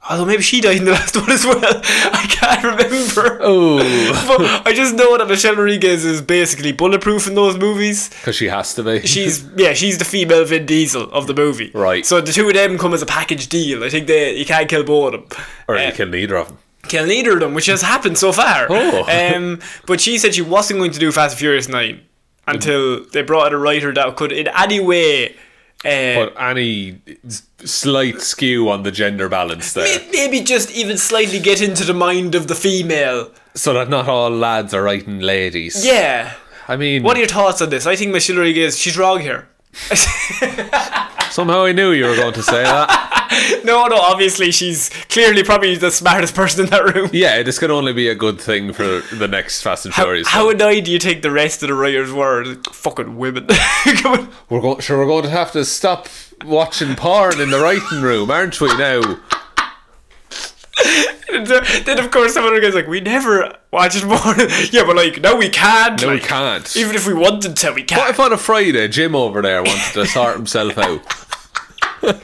A: Although maybe she died in the last one as well. I can't remember.
B: Oh,
A: But I just know that Michelle Rodriguez is basically bulletproof in those movies.
B: because she has to be.
A: she's yeah, she's the female Vin Diesel of the movie.
B: Right.
A: So the two of them come as a package deal. I think they you can't kill both of them.
B: or
A: Uh,
B: you can neither of them.
A: kill neither of them, which has happened so far.
B: Oh.
A: Um, but she said she wasn't going to do Fast and Furious Nine until they brought in a writer that could in any way. Uh,
B: But any slight skew on the gender balance there,
A: may- Maybe just even slightly get into the mind of the female.
B: so that not all lads are writing ladies.
A: Yeah.
B: I mean,
A: What are your thoughts on this? I think Michelle Rodriguez, she's wrong here.
B: somehow I knew you were going to say that.
A: No, no, obviously she's clearly probably the smartest person in that room.
B: yeah, this can only be a good thing for the next Fast and Furious.
A: How
B: film.
A: annoyed do you take the rest of the writers were? Like, Fucking women. Come on.
B: we're going, sure we're going to have to stop watching porn in the writing room, aren't we? Now,
A: And so- then of course some other guy's like, we never watched more. yeah, but like now we can't.
B: no, we
A: like,
B: can't.
A: Even if we wanted to, we
B: What
A: can't.
B: if on a Friday Jim over there wanted to sort himself out?
A: What,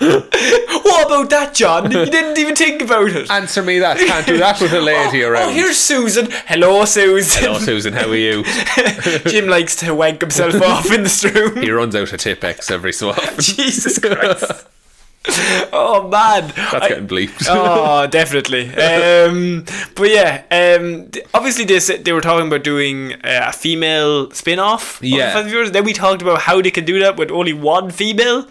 A: about that, John? You didn't even think about it.
B: Answer me that. Can't do that with a lady
A: Oh,
B: around.
A: here's Susan. Hello, Susan.
B: Hello, Oh, Susan. How are you?
A: Jim likes to wank himself off in this room.
B: He runs out of Tipex every so often.
A: Jesus Christ. Oh man.
B: That's
A: I-
B: getting bleeped.
A: oh, definitely. Um, but yeah, um, th- obviously they said they were talking about doing uh, a female spin-off. of
B: Yeah.
A: Fast and Furious. Then we talked about how they can do that with only one female.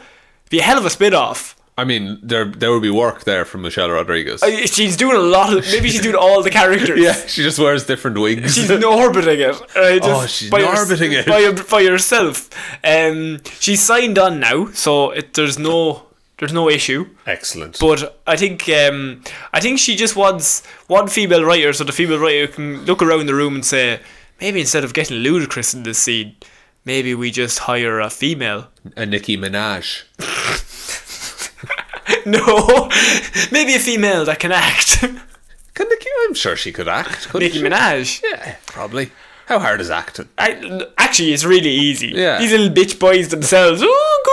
A: Be a hell of a spin-off.
B: I mean, there there would be work there from Michelle Rodriguez.
A: Uh, She's doing a lot of. Maybe she's doing all the characters.
B: Oh, yeah, she just wears different wigs.
A: She's orbiting it. Right? Just
B: Oh, she's orbiting it.
A: by, her- by herself. Um, she's signed on now, so it, there's no there's no issue.
B: Excellent.
A: But I think um, I think she just wants one female writer, so the female writer can look around the room and say, maybe instead of getting ludicrous in this scene, maybe we just hire a female.
B: a Nicki Minaj.
A: no, maybe a female that can act.
B: Can Nicki? I'm sure she could act. Couldn't
A: Nicki
B: she?
A: Minaj.
B: Yeah, probably. How hard is acting?
A: I, actually, it's really easy.
B: Yeah.
A: These little bitch boys themselves. Oh, good.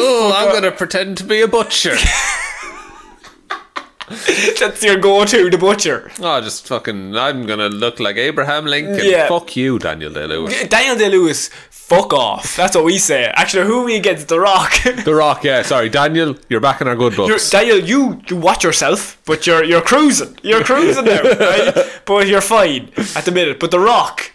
B: Oh, I'm gonna pretend to be a butcher.
A: That's your go-to, the butcher.
B: oh, just fucking. I'm gonna look like Abraham Lincoln.
A: Yeah.
B: Fuck you, Daniel Day Lewis.
A: Daniel Day Lewis, fuck off. That's what we say. Actually, who we against The Rock?
B: The Rock. Yeah, sorry, Daniel. You're back in our good
A: You're,
B: books.
A: Daniel, you, you watch yourself, but you're you're cruising. You're cruising now, right? But you're fine at the minute. But The Rock,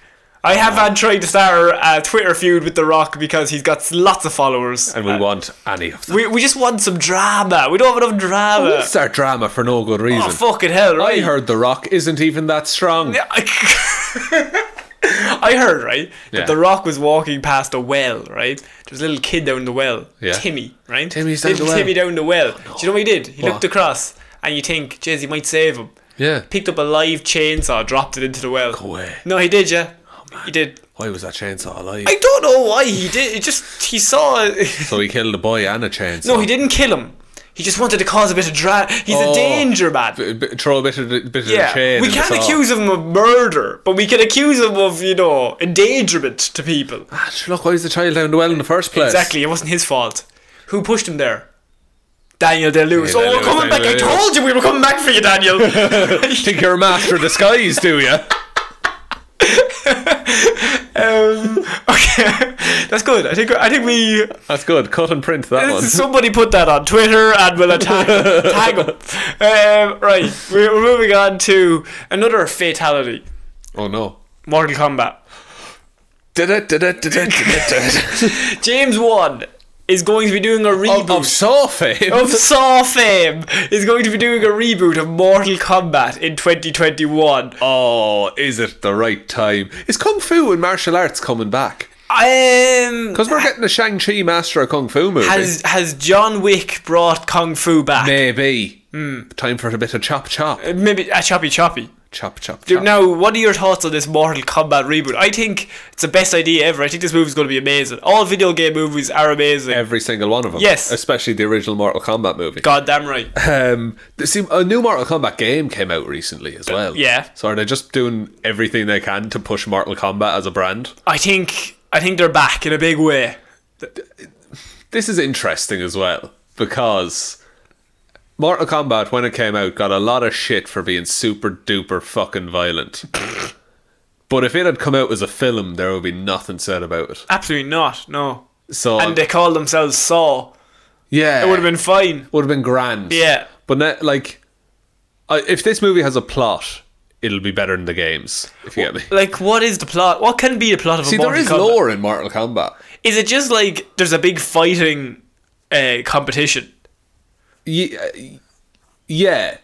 A: I have had tried to start a Twitter feud with The Rock because he's got lots of followers.
B: and we want any of them.
A: We, we just want some drama. We don't have enough
B: We'll
A: drama.
B: start drama for no good reason.
A: Oh, fucking hell, right?
B: I heard The Rock isn't even that strong.
A: Yeah, I I heard right
B: Yeah.
A: that The Rock was walking past a well, right? There's a little kid down the well,
B: Yeah.
A: Timmy, right?
B: Timmy's down
A: little
B: the well. Oh,
A: Timmy down the well. Do you know what he did? He
B: What?
A: looked across, and you think, "Jeez, he might save him."
B: Yeah.
A: Picked up a live chainsaw, dropped it into the well.
B: away.
A: No, he did, yeah.
B: Oh,
A: he did.
B: Why was that chainsaw alive?
A: I don't know why he did. It just he saw.
B: so he killed a boy and a chainsaw.
A: no, he didn't kill him. He just wanted to cause a bit of dra. He's
B: Oh.
A: a danger man.
B: B- b- throw a bit of the, bit of the
A: Yeah,
B: chain.
A: we
B: in the
A: can't
B: saw.
A: accuse him of murder, but we can accuse him of, you know, endangerment to people.
B: Ah, Look, why was the child down the well in the first place?
A: Exactly, it wasn't his fault. Who pushed him there? Daniel Day Lewis.
B: Daniel
A: oh, we're
B: Day-Lewis,
A: coming
B: Daniel
A: back. I
B: Day-Lewis.
A: told you we were coming back for you, Daniel.
B: Think you're a master of disguise, do you?
A: um, okay, that's good. I think I think we
B: That's good. Cut and print that one.
A: somebody put that on Twitter and we'll attack tag 'em. Um, right, we're we're moving on to another fatality:
B: Oh no.
A: Mortal Kombat.
B: of,
A: James Wan is going to be doing a reboot.
B: of Saw fame.
A: of Saw fame is going to be doing a reboot of Mortal Kombat in 2021.
B: Oh, is it the right time? Is Kung Fu and martial arts coming back?
A: Um,
B: Because we're getting a Shang-Chi Master of Kung Fu movie.
A: has has John Wick brought kung fu back?
B: Maybe.
A: Hmm.
B: Time for a bit of chop chop.
A: Maybe a choppy choppy.
B: Chop chop.
A: Dude,
B: chop.
A: Now, what are your thoughts on this Mortal Kombat reboot? I think it's the best idea ever. I think this movie's going to be amazing. All video game movies are amazing.
B: Every single one of them.
A: Yes.
B: Especially the original Mortal Kombat movie.
A: God damn right.
B: Um, th- see, a new Mortal Kombat game came out recently as well.
A: Uh, yeah.
B: So are they just doing everything they can to push Mortal Kombat as a brand?
A: I think I think they're back in a big way.
B: This is interesting as well because Mortal Kombat, when it came out, got a lot of shit for being super duper fucking violent. but if it had come out as a film, there would be nothing said about it.
A: Absolutely not. No.
B: So
A: And they call themselves Saw.
B: yeah,
A: It would have been fine.
B: would have been grand.
A: Yeah.
B: But ne- like, I, if this movie has a plot, it'll be better than the games. If you get me.
A: Like, what is the plot? What can be the plot of
B: See,
A: a Mortal
B: there is
A: Kombat?
B: lore in Mortal Kombat.
A: Is it just like there's a big fighting uh, competition?
B: Yeah, uh, yeah,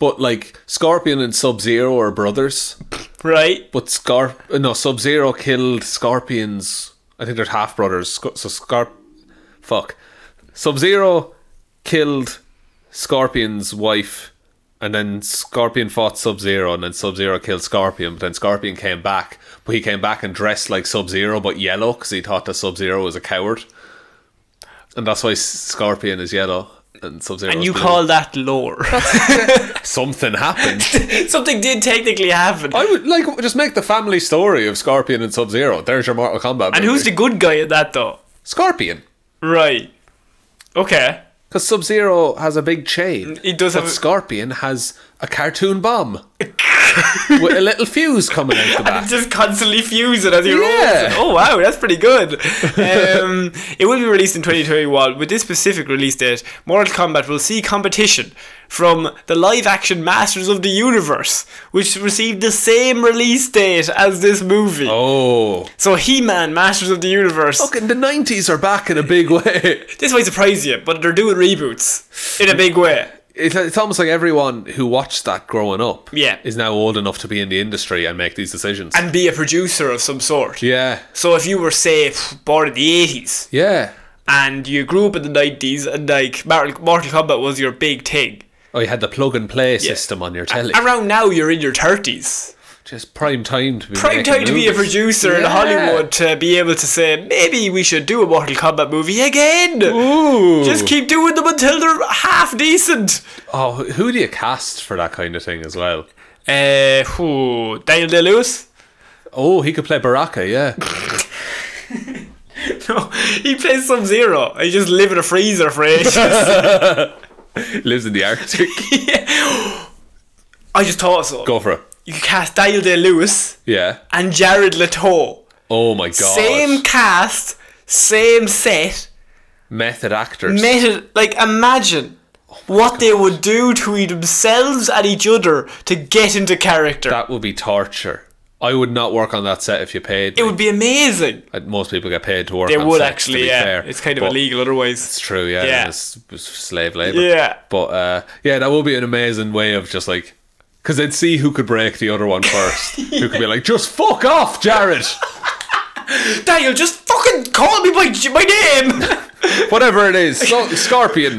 B: but like Scorpion and Sub Zero are brothers.
A: Right?
B: But Scorp, no, Sub Zero killed Scorpion's. I think they're half brothers. Sc- So Scorp, fuck, Sub Zero killed Scorpion's wife, and then Scorpion fought Sub Zero, and then Sub Zero killed Scorpion. But then Scorpion came back, but he came back and dressed like Sub Zero, but yellow, because he thought that Sub Zero was a coward, and that's why S- Scorpion is yellow. And Sub Zero.
A: And you call that lore?
B: something happened.
A: Something did technically happen.
B: I would like just make the family story of Scorpion and Sub Zero. There's your Mortal Kombat.
A: And
B: movie.
A: who's the good guy in that though?
B: Scorpion?
A: Right. Okay.
B: Because Sub Zero has a big chain.
A: Mm, He does
B: but
A: have a-
B: Scorpion has a cartoon bomb with a little fuse coming out the back.
A: Just constantly fuse it as he
B: Yeah.
A: rolls. Oh wow, that's pretty good. Um, it will be released in 2021. With this specific release date, Mortal Kombat will see competition from the live-action Masters of the Universe, which received the same release date as this movie.
B: Oh,
A: So He-Man, Masters of the Universe.
B: fucking the nineties are back in a big way.
A: This might surprise you, but they're doing reboots in a big way.
B: It's, it's almost like everyone who watched that growing up,
A: Yeah.
B: is now old enough to be in the industry and make these decisions.
A: And be a producer of some sort.
B: yeah,
A: So if you were, say, born in the 80s,
B: yeah.
A: and you grew up in the 90s and like Mortal Mortal Kombat was your big thing.
B: Oh, you had the plug and play system on your telly.
A: Around now you're in your 30s.
B: Just prime time to be
A: Prime
B: making
A: time to be a
B: movies.
A: producer in
B: Yeah.
A: Hollywood to be able to say maybe we should do a Mortal Kombat movie again.
B: Ooh.
A: Just keep doing them until they're half decent.
B: Oh, who do you cast for that kind of thing as well?
A: Uh, who? Daniel Day Lewis?
B: Oh, he could play Baraka, yeah.
A: No, he plays Sub Zero. He just live in a freezer for ages.
B: Lives in the Arctic.
A: I just thought so.
B: Go for it.
A: You cast Daniel Day Lewis
B: Yeah.
A: and Jared Leto.
B: Oh my god.
A: Same cast, same set.
B: method actors.
A: Method, like imagine what they would do to themselves and each other to get into character.
B: that would be torture. I would not work on that set if you paid.
A: It
B: me.
A: would be amazing.
B: Uh, Most people get paid to work.
A: They
B: on
A: would
B: sets, To
A: actually,
B: be
A: yeah.
B: fair.
A: It's kind of
B: But
A: illegal otherwise.
B: It's true. Yeah.
A: Yeah.
B: It's, it's slave labor.
A: Yeah.
B: But uh, yeah, that would be an amazing way of just like. Because they'd see who could break the other one first. Who could be like, just fuck off, Jared!
A: Daniel, just fucking call me by j- my name.
B: Whatever it is. So- Scorpion.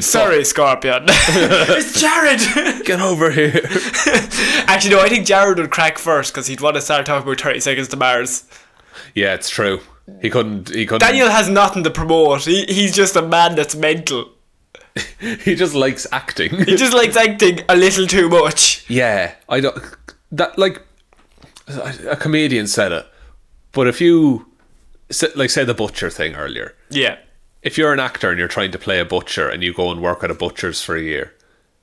A: Sorry, Scorpion. it's Jared.
B: fuck, Get over here.
A: Actually, no, I think Jared would crack first because he'd want to start talking about 30 Seconds to Mars.
B: yeah, it's true. He couldn't. He couldn't.
A: Daniel has nothing to promote. He, he's just a man that's mental.
B: He just likes acting.
A: He just likes acting a little too much.
B: Yeah, I don't. That like a comedian said it, but if you s- like say the butcher thing earlier,
A: Yeah.
B: if you're an actor and you're trying to play a butcher and you go and work at a butcher's for a year,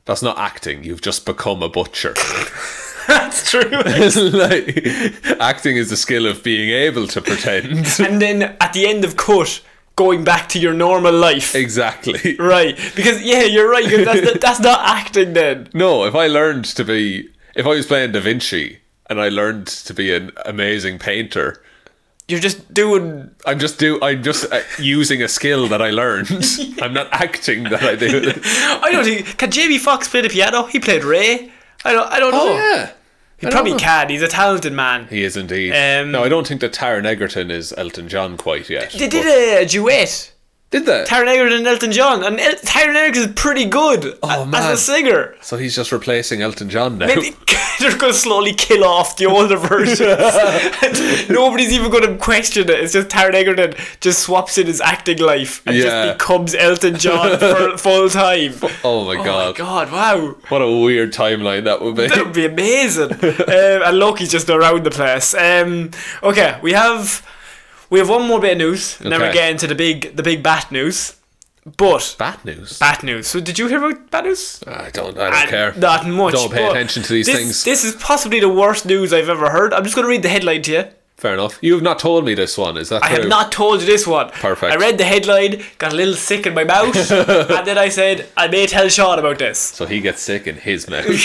B: that's not acting. You've just become a butcher.
A: That's true.
B: It's like acting is the skill of being able to pretend.
A: and then at the end of cut, going back to your normal life.
B: exactly.
A: Right, because yeah, you're right. 'cause That's, that's not acting then.
B: No, if I learned to be, if I was playing Da Vinci and I learned to be an amazing painter,
A: You're just doing
B: I'm just do. I'm just uh, using a skill that I learned. I'm not acting that I do. it.
A: I don't think can Jamie Foxx play the piano? He played Ray. I don't. I
B: Oh,
A: don't know. he probably
B: know.
A: can. He's a talented man.
B: He is indeed.
A: Um,
B: no, I don't think that Taron Egerton is Elton John quite yet.
A: They did a, duet.
B: did they?
A: Taron Egerton and Elton John, and El- Taron Egerton is pretty good a-
B: Oh, man.
A: as a singer.
B: so he's just replacing Elton John now.
A: Maybe they're going to slowly kill off the older versions. And nobody's even going to question it. It's just Taron Egerton just swaps in his acting life and
B: Yeah.
A: just becomes Elton John for full time.
B: Oh my
A: Oh my
B: god!
A: god! Wow.
B: What a weird timeline that would be.
A: That would be amazing. um, and Loki's just around the place. Um, okay, we have we have one more bit of news, and then we're
B: Okay.
A: getting to the big the big bat news. But
B: Bad news.
A: bat news. So did you hear about bat news?
B: I don't. I don't care.
A: Not much.
B: Don't pay
A: but
B: attention to these
A: this-
B: things.
A: This is possibly the worst news I've ever heard. I'm just going to read the headline to you.
B: Fair enough. You have not told me this one. Is that
A: I
B: true?
A: have not told you this one.
B: Perfect.
A: I read the headline, got a little sick in my mouth, and then I said, I may tell Sean about this.
B: So he gets sick in his mouth.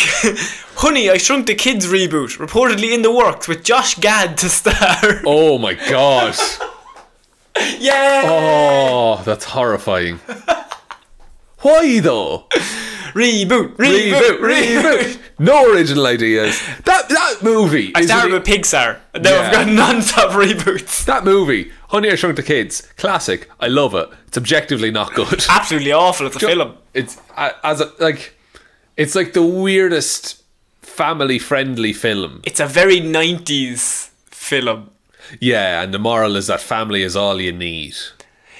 A: Honey, I Shrunk the Kids reboot, reportedly in the works with Josh Gad to star.
B: oh my god!
A: Yeah!
B: Oh, that's horrifying. Why though?
A: Reboot, reboot,
B: reboot,
A: reboot.
B: reboot. No original ideas. That that movie.
A: I
B: is
A: started
B: an-
A: with Pixar, and now I've
B: Yeah.
A: got non-stop reboots.
B: that movie, Honey I Shrunk the Kids, classic. I love it. It's objectively not good.
A: Absolutely awful as a film.
B: It's I- as a, like, it's like the weirdest family-friendly film.
A: It's a very 90s film.
B: Yeah, and the moral is that family is all you need.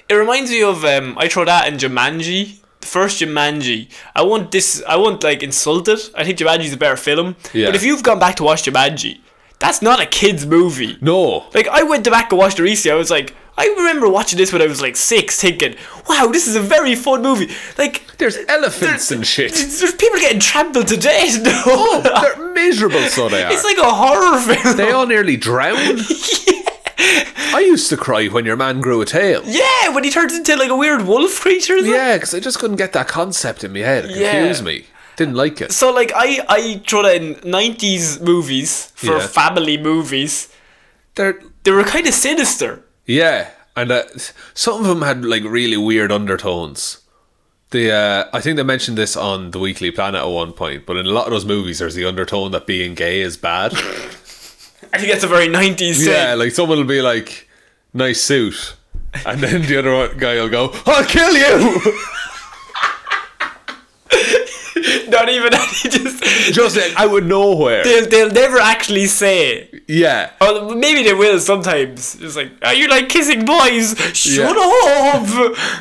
A: It reminds me of, um, I throw that in Jumanji. The first Jumanji. I won't this. I won't like insult it. I think Jumanji's a better film.
B: Yeah.
A: But if you've gone back to watch Jumanji, that's not a kids movie.
B: No,
A: Like I went back and watched it recently. I was like, I remember watching this when I was like six, thinking, "Wow, this is a very fun movie." Like,
B: there's elephants and shit.
A: there's, there's people getting trampled to death. No,
B: They're miserable, so they are.
A: it's like a horror film.
B: Oh, they all nearly drown. I used to cry when your man grew a tail.
A: yeah, when he turns into like a weird wolf creature. isn't it?
B: Yeah, because I just couldn't get that concept in my head. It
A: Yeah.
B: confused me. Didn't like it.
A: So like I I throw that in '90s movies for
B: Yeah.
A: family movies.
B: They're,
A: They were kind of sinister.
B: yeah, and uh, some of them had like really weird undertones. The uh, I think they mentioned this on the Weekly Planet at one point, but in a lot of those movies, there's the undertone that being gay is bad.
A: I think that's a very '90s thing.
B: yeah, like someone will be like, "Nice suit," and then the other one- guy will go, "I'll kill you."
A: Not even any just.
B: just like, out of nowhere.
A: They'll, they'll never actually say
B: Yeah,
A: Or maybe they will sometimes. It's like, are you like kissing boys? Shut
B: Yeah.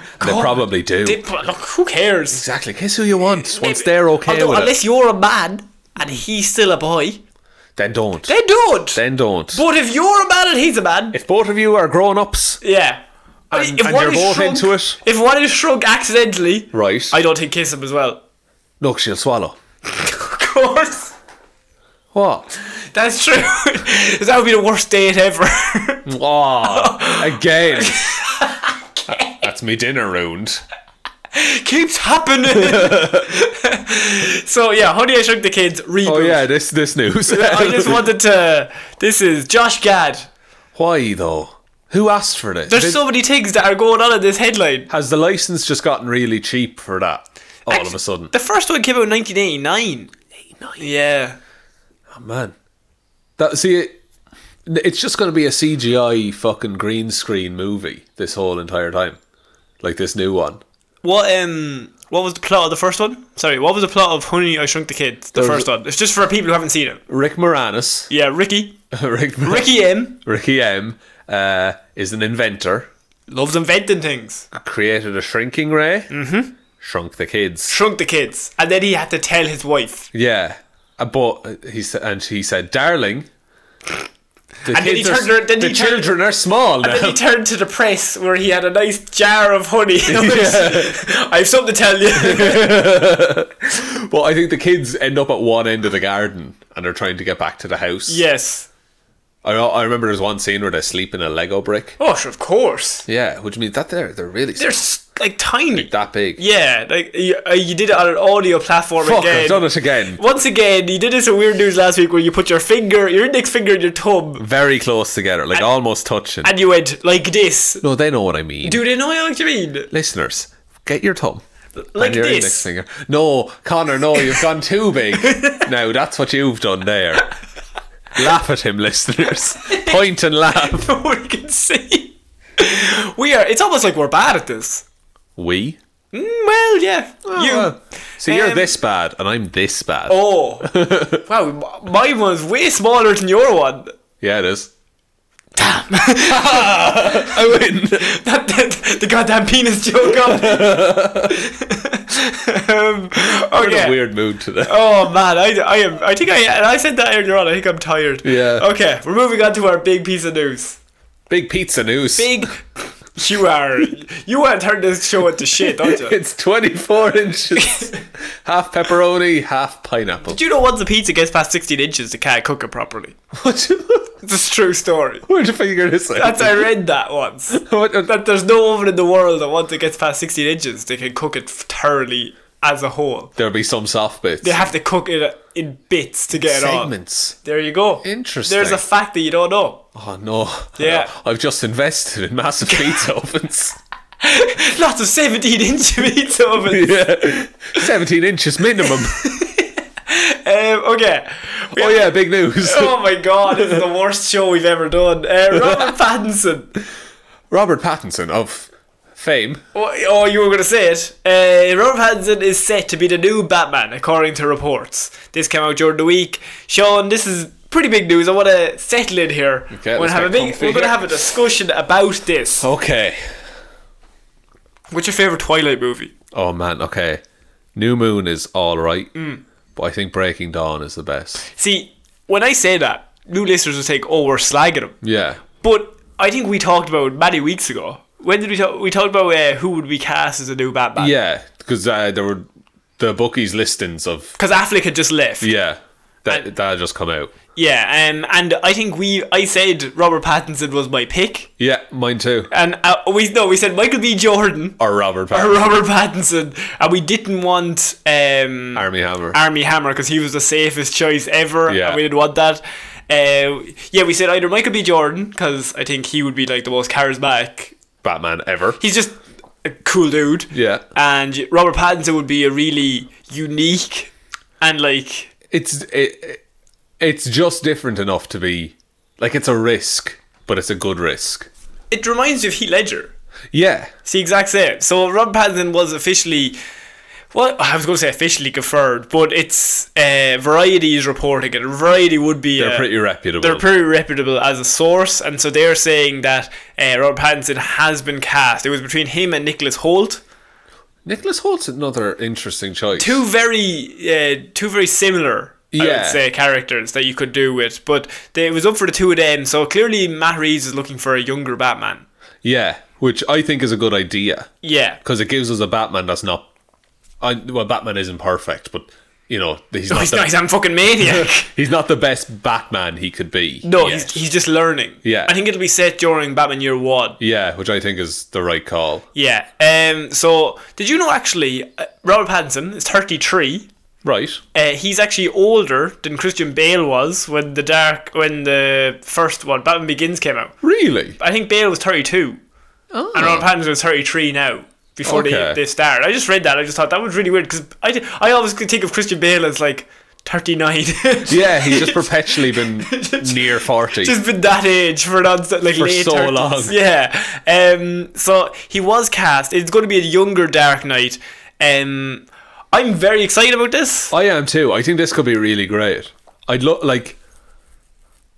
A: up!
B: they probably do.
A: They pro- look, who cares?
B: exactly. Kiss who you want. Once they're okay
A: Although,
B: with
A: unless you're a man and he's still a boy,
B: it, then don't.
A: they don't.
B: Then don't.
A: but if you're a man and he's a man,
B: if both of you are grown ups,
A: yeah. I mean,
B: and, and you're
A: is
B: both
A: shrunk-
B: into it,
A: If one is shrunk accidentally,
B: right?
A: I don't think kiss him as well.
B: Look, she'll swallow.
A: of course.
B: What?
A: That's true. that would be the worst date ever.
B: Aw, again. That's me dinner ruined.
A: keeps happening. so yeah, Honey I Shrunk the Kids reboot.
B: Oh yeah, this this news.
A: I just wanted to. This is Josh Gad.
B: Why though? Who asked for this?
A: There's
B: Did-
A: so many things that are going on in this headline.
B: Has the license just gotten really cheap for that? All of a sudden,
A: The first one came out in 1989. Yeah.
B: oh, man. That see it. It's just going to be a CGI fucking green screen movie this whole entire time, like this new one.
A: What um what was the plot of the first one? Sorry, what was the plot of Honey I Shrunk the Kids? The
B: There was
A: first one. It's just for people who haven't seen it.
B: Rick Moranis,
A: Yeah, Ricky.
B: Rick,
A: Ricky M
B: Ricky M, uh, is an inventor.
A: loves inventing things.
B: Created a shrinking ray. Mm-hmm. Shrunk the kids.
A: Shrunk the kids. And then he had to tell his wife.
B: Yeah, Uh, but he said, and he said, "Darling." The
A: And then he
B: kids are
A: turned her- then
B: the
A: he turned-
B: children are small now.
A: Then he turned to the press where he had a nice jar of honey. I have something to tell you.
B: Well, I think the kids end up at one end of the garden and are trying to get back to the house.
A: yes.
B: I, I remember there's one scene where they sleep in a Lego brick.
A: Oh, sure, of course.
B: Yeah, which means that they're they're really
A: They're s- like tiny.
B: that big.
A: Yeah, like you, uh, you did it on an audio platform
B: Fuck,
A: again.
B: I've done it again.
A: Once again, you did this in weird news last week where you put your finger, your index finger, and your thumb,
B: Very close together, like almost touching.
A: and you went like this.
B: no, they know what I mean.
A: Do they know what you mean?
B: Listeners, get your thumb.
A: Like
B: and your
A: this.
B: index finger. No, Connor, no, you've gone too big. now that's what you've done there. laugh at him, listeners. Point and laugh.
A: No one can see. We are. It's almost like we're bad at this.
B: We.
A: Mm, well, yeah. you.
B: Oh, so you're
A: Um,
B: this bad, and I'm this bad.
A: Oh. wow, m- mine was way smaller than your one.
B: Yeah, it is. Damn. I win.
A: That, that- the goddamn penis joke on me. um,
B: I'm in
A: okay.
B: a weird mood today.
A: Oh man, I, I am. I think I and I said that earlier on. I think I'm tired.
B: Yeah.
A: Okay, we're moving on to our big piece of news.
B: Big pizza news.
A: Big. You are. You want to turn this show into shit, don't you?
B: It's 24 inches. half pepperoni, half pineapple.
A: Do you know once a pizza gets past 16 inches, they can't cook it properly?
B: What?
A: It's a true story.
B: Where'd you figure this out?
A: That's I read that once.
B: What- what-
A: That there's no oven in the world that once it gets past 16 inches, they can cook it thoroughly as a whole.
B: There'll be some soft bits.
A: They have to cook it in bits to get it on.
B: Segments.
A: There you go.
B: Interesting.
A: There's a fact that you don't know.
B: Oh no.
A: Yeah.
B: I've just invested in massive pizza ovens.
A: Lots of 17 inch meats oven.
B: yeah. 17 inches minimum.
A: Um, okay. We
B: oh
A: have-
B: yeah, big news.
A: Oh my god, this is the worst show we've ever done. Uh, Robert Pattinson.
B: Robert Pattinson of fame.
A: Oh, oh, you were going to say it. Uh, Robert Pattinson is set to be the new Batman, according to reports. This came out during the week. Sean, this is pretty big news. I want to settle in here.
B: Okay,
A: we're
B: let's
A: gonna have a
B: get
A: big.
B: comfy
A: We're going to
B: here.
A: have a discussion about this.
B: Okay.
A: What's your favorite Twilight movie?
B: Oh man, okay. New Moon is all right, but I think Breaking Dawn is the best.
A: See, when I say that, new listeners will think, "Oh, we're slagging him."
B: Yeah,
A: But I think we talked about many weeks ago. When did we talk? We talked about uh, who would we cast as the new Batman.
B: yeah, because uh, there were the bookies listings of
A: Because Affleck had just left.
B: yeah that
A: I-
B: that had just come out.
A: Yeah, um, and I think we, I said Robert Pattinson was my pick,
B: Yeah, mine too.
A: and uh, we no, we said Michael B. Jordan
B: Or Robert
A: or
B: Pattinson,
A: Robert Pattinson, and we didn't want um,
B: Army Hammer.
A: Army Hammer because he was the safest choice ever,
B: Yeah.
A: and we didn't want that. Uh, yeah, we said either Michael B. Jordan because I think he would be like the most charismatic.
B: Batman ever.
A: He's just a cool dude.
B: Yeah,
A: and Robert Pattinson would be a really unique and like
B: it's it, it's just different enough to be like it's a risk, but it's a good risk.
A: it reminds you of Heath Ledger.
B: Yeah,
A: It's the exact same. So Robert Pattinson was officially well, I was going to say officially confirmed, but it's uh, Variety is reporting it. Variety would be
B: they're
A: uh,
B: pretty reputable.
A: They're pretty reputable as a source, and so they're saying that uh, Robert Pattinson has been cast. It was between him and Nicholas Holt,
B: Nicholas Holt's another interesting choice.
A: two very uh, two very similar I would
B: Yeah.
A: say characters that you could do with but they, it was up for the two of them so clearly Matt Reeves is looking for a younger Batman
B: Yeah, which I think is a good idea.
A: yeah
B: because it gives us a Batman that's not. I, well, Batman isn't perfect, but you know, he's
A: No,
B: not,
A: he's
B: the,
A: not. He's a fucking maniac.
B: he's not the best Batman he could be.
A: No,
B: yet.
A: he's, he's just learning.
B: Yeah.
A: I think it'll be set during Batman Year One.
B: yeah, which I think is the right call.
A: Yeah. Um. So, did you know actually, uh, Robert Pattinson is 33.
B: Right.
A: Uh, he's actually older than Christian Bale was when the dark when the first one Batman Begins came out.
B: Really?
A: I think Bale was 32,
B: Oh.
A: and Robert Pattinson was 33 now. Before
B: Okay.
A: they, they started, I just read that. I just thought that was really weird because I, di- I always could think of Christian Bale as like 39.
B: Yeah, he's just perpetually been near 40.
A: just been that age for non like
B: For
A: late
B: so
A: 30s.
B: long.
A: Yeah. Um. So he was cast. It's going to be a younger Dark Knight. Um. I'm very excited about this.
B: I am too. I think this could be really great. I'd look like,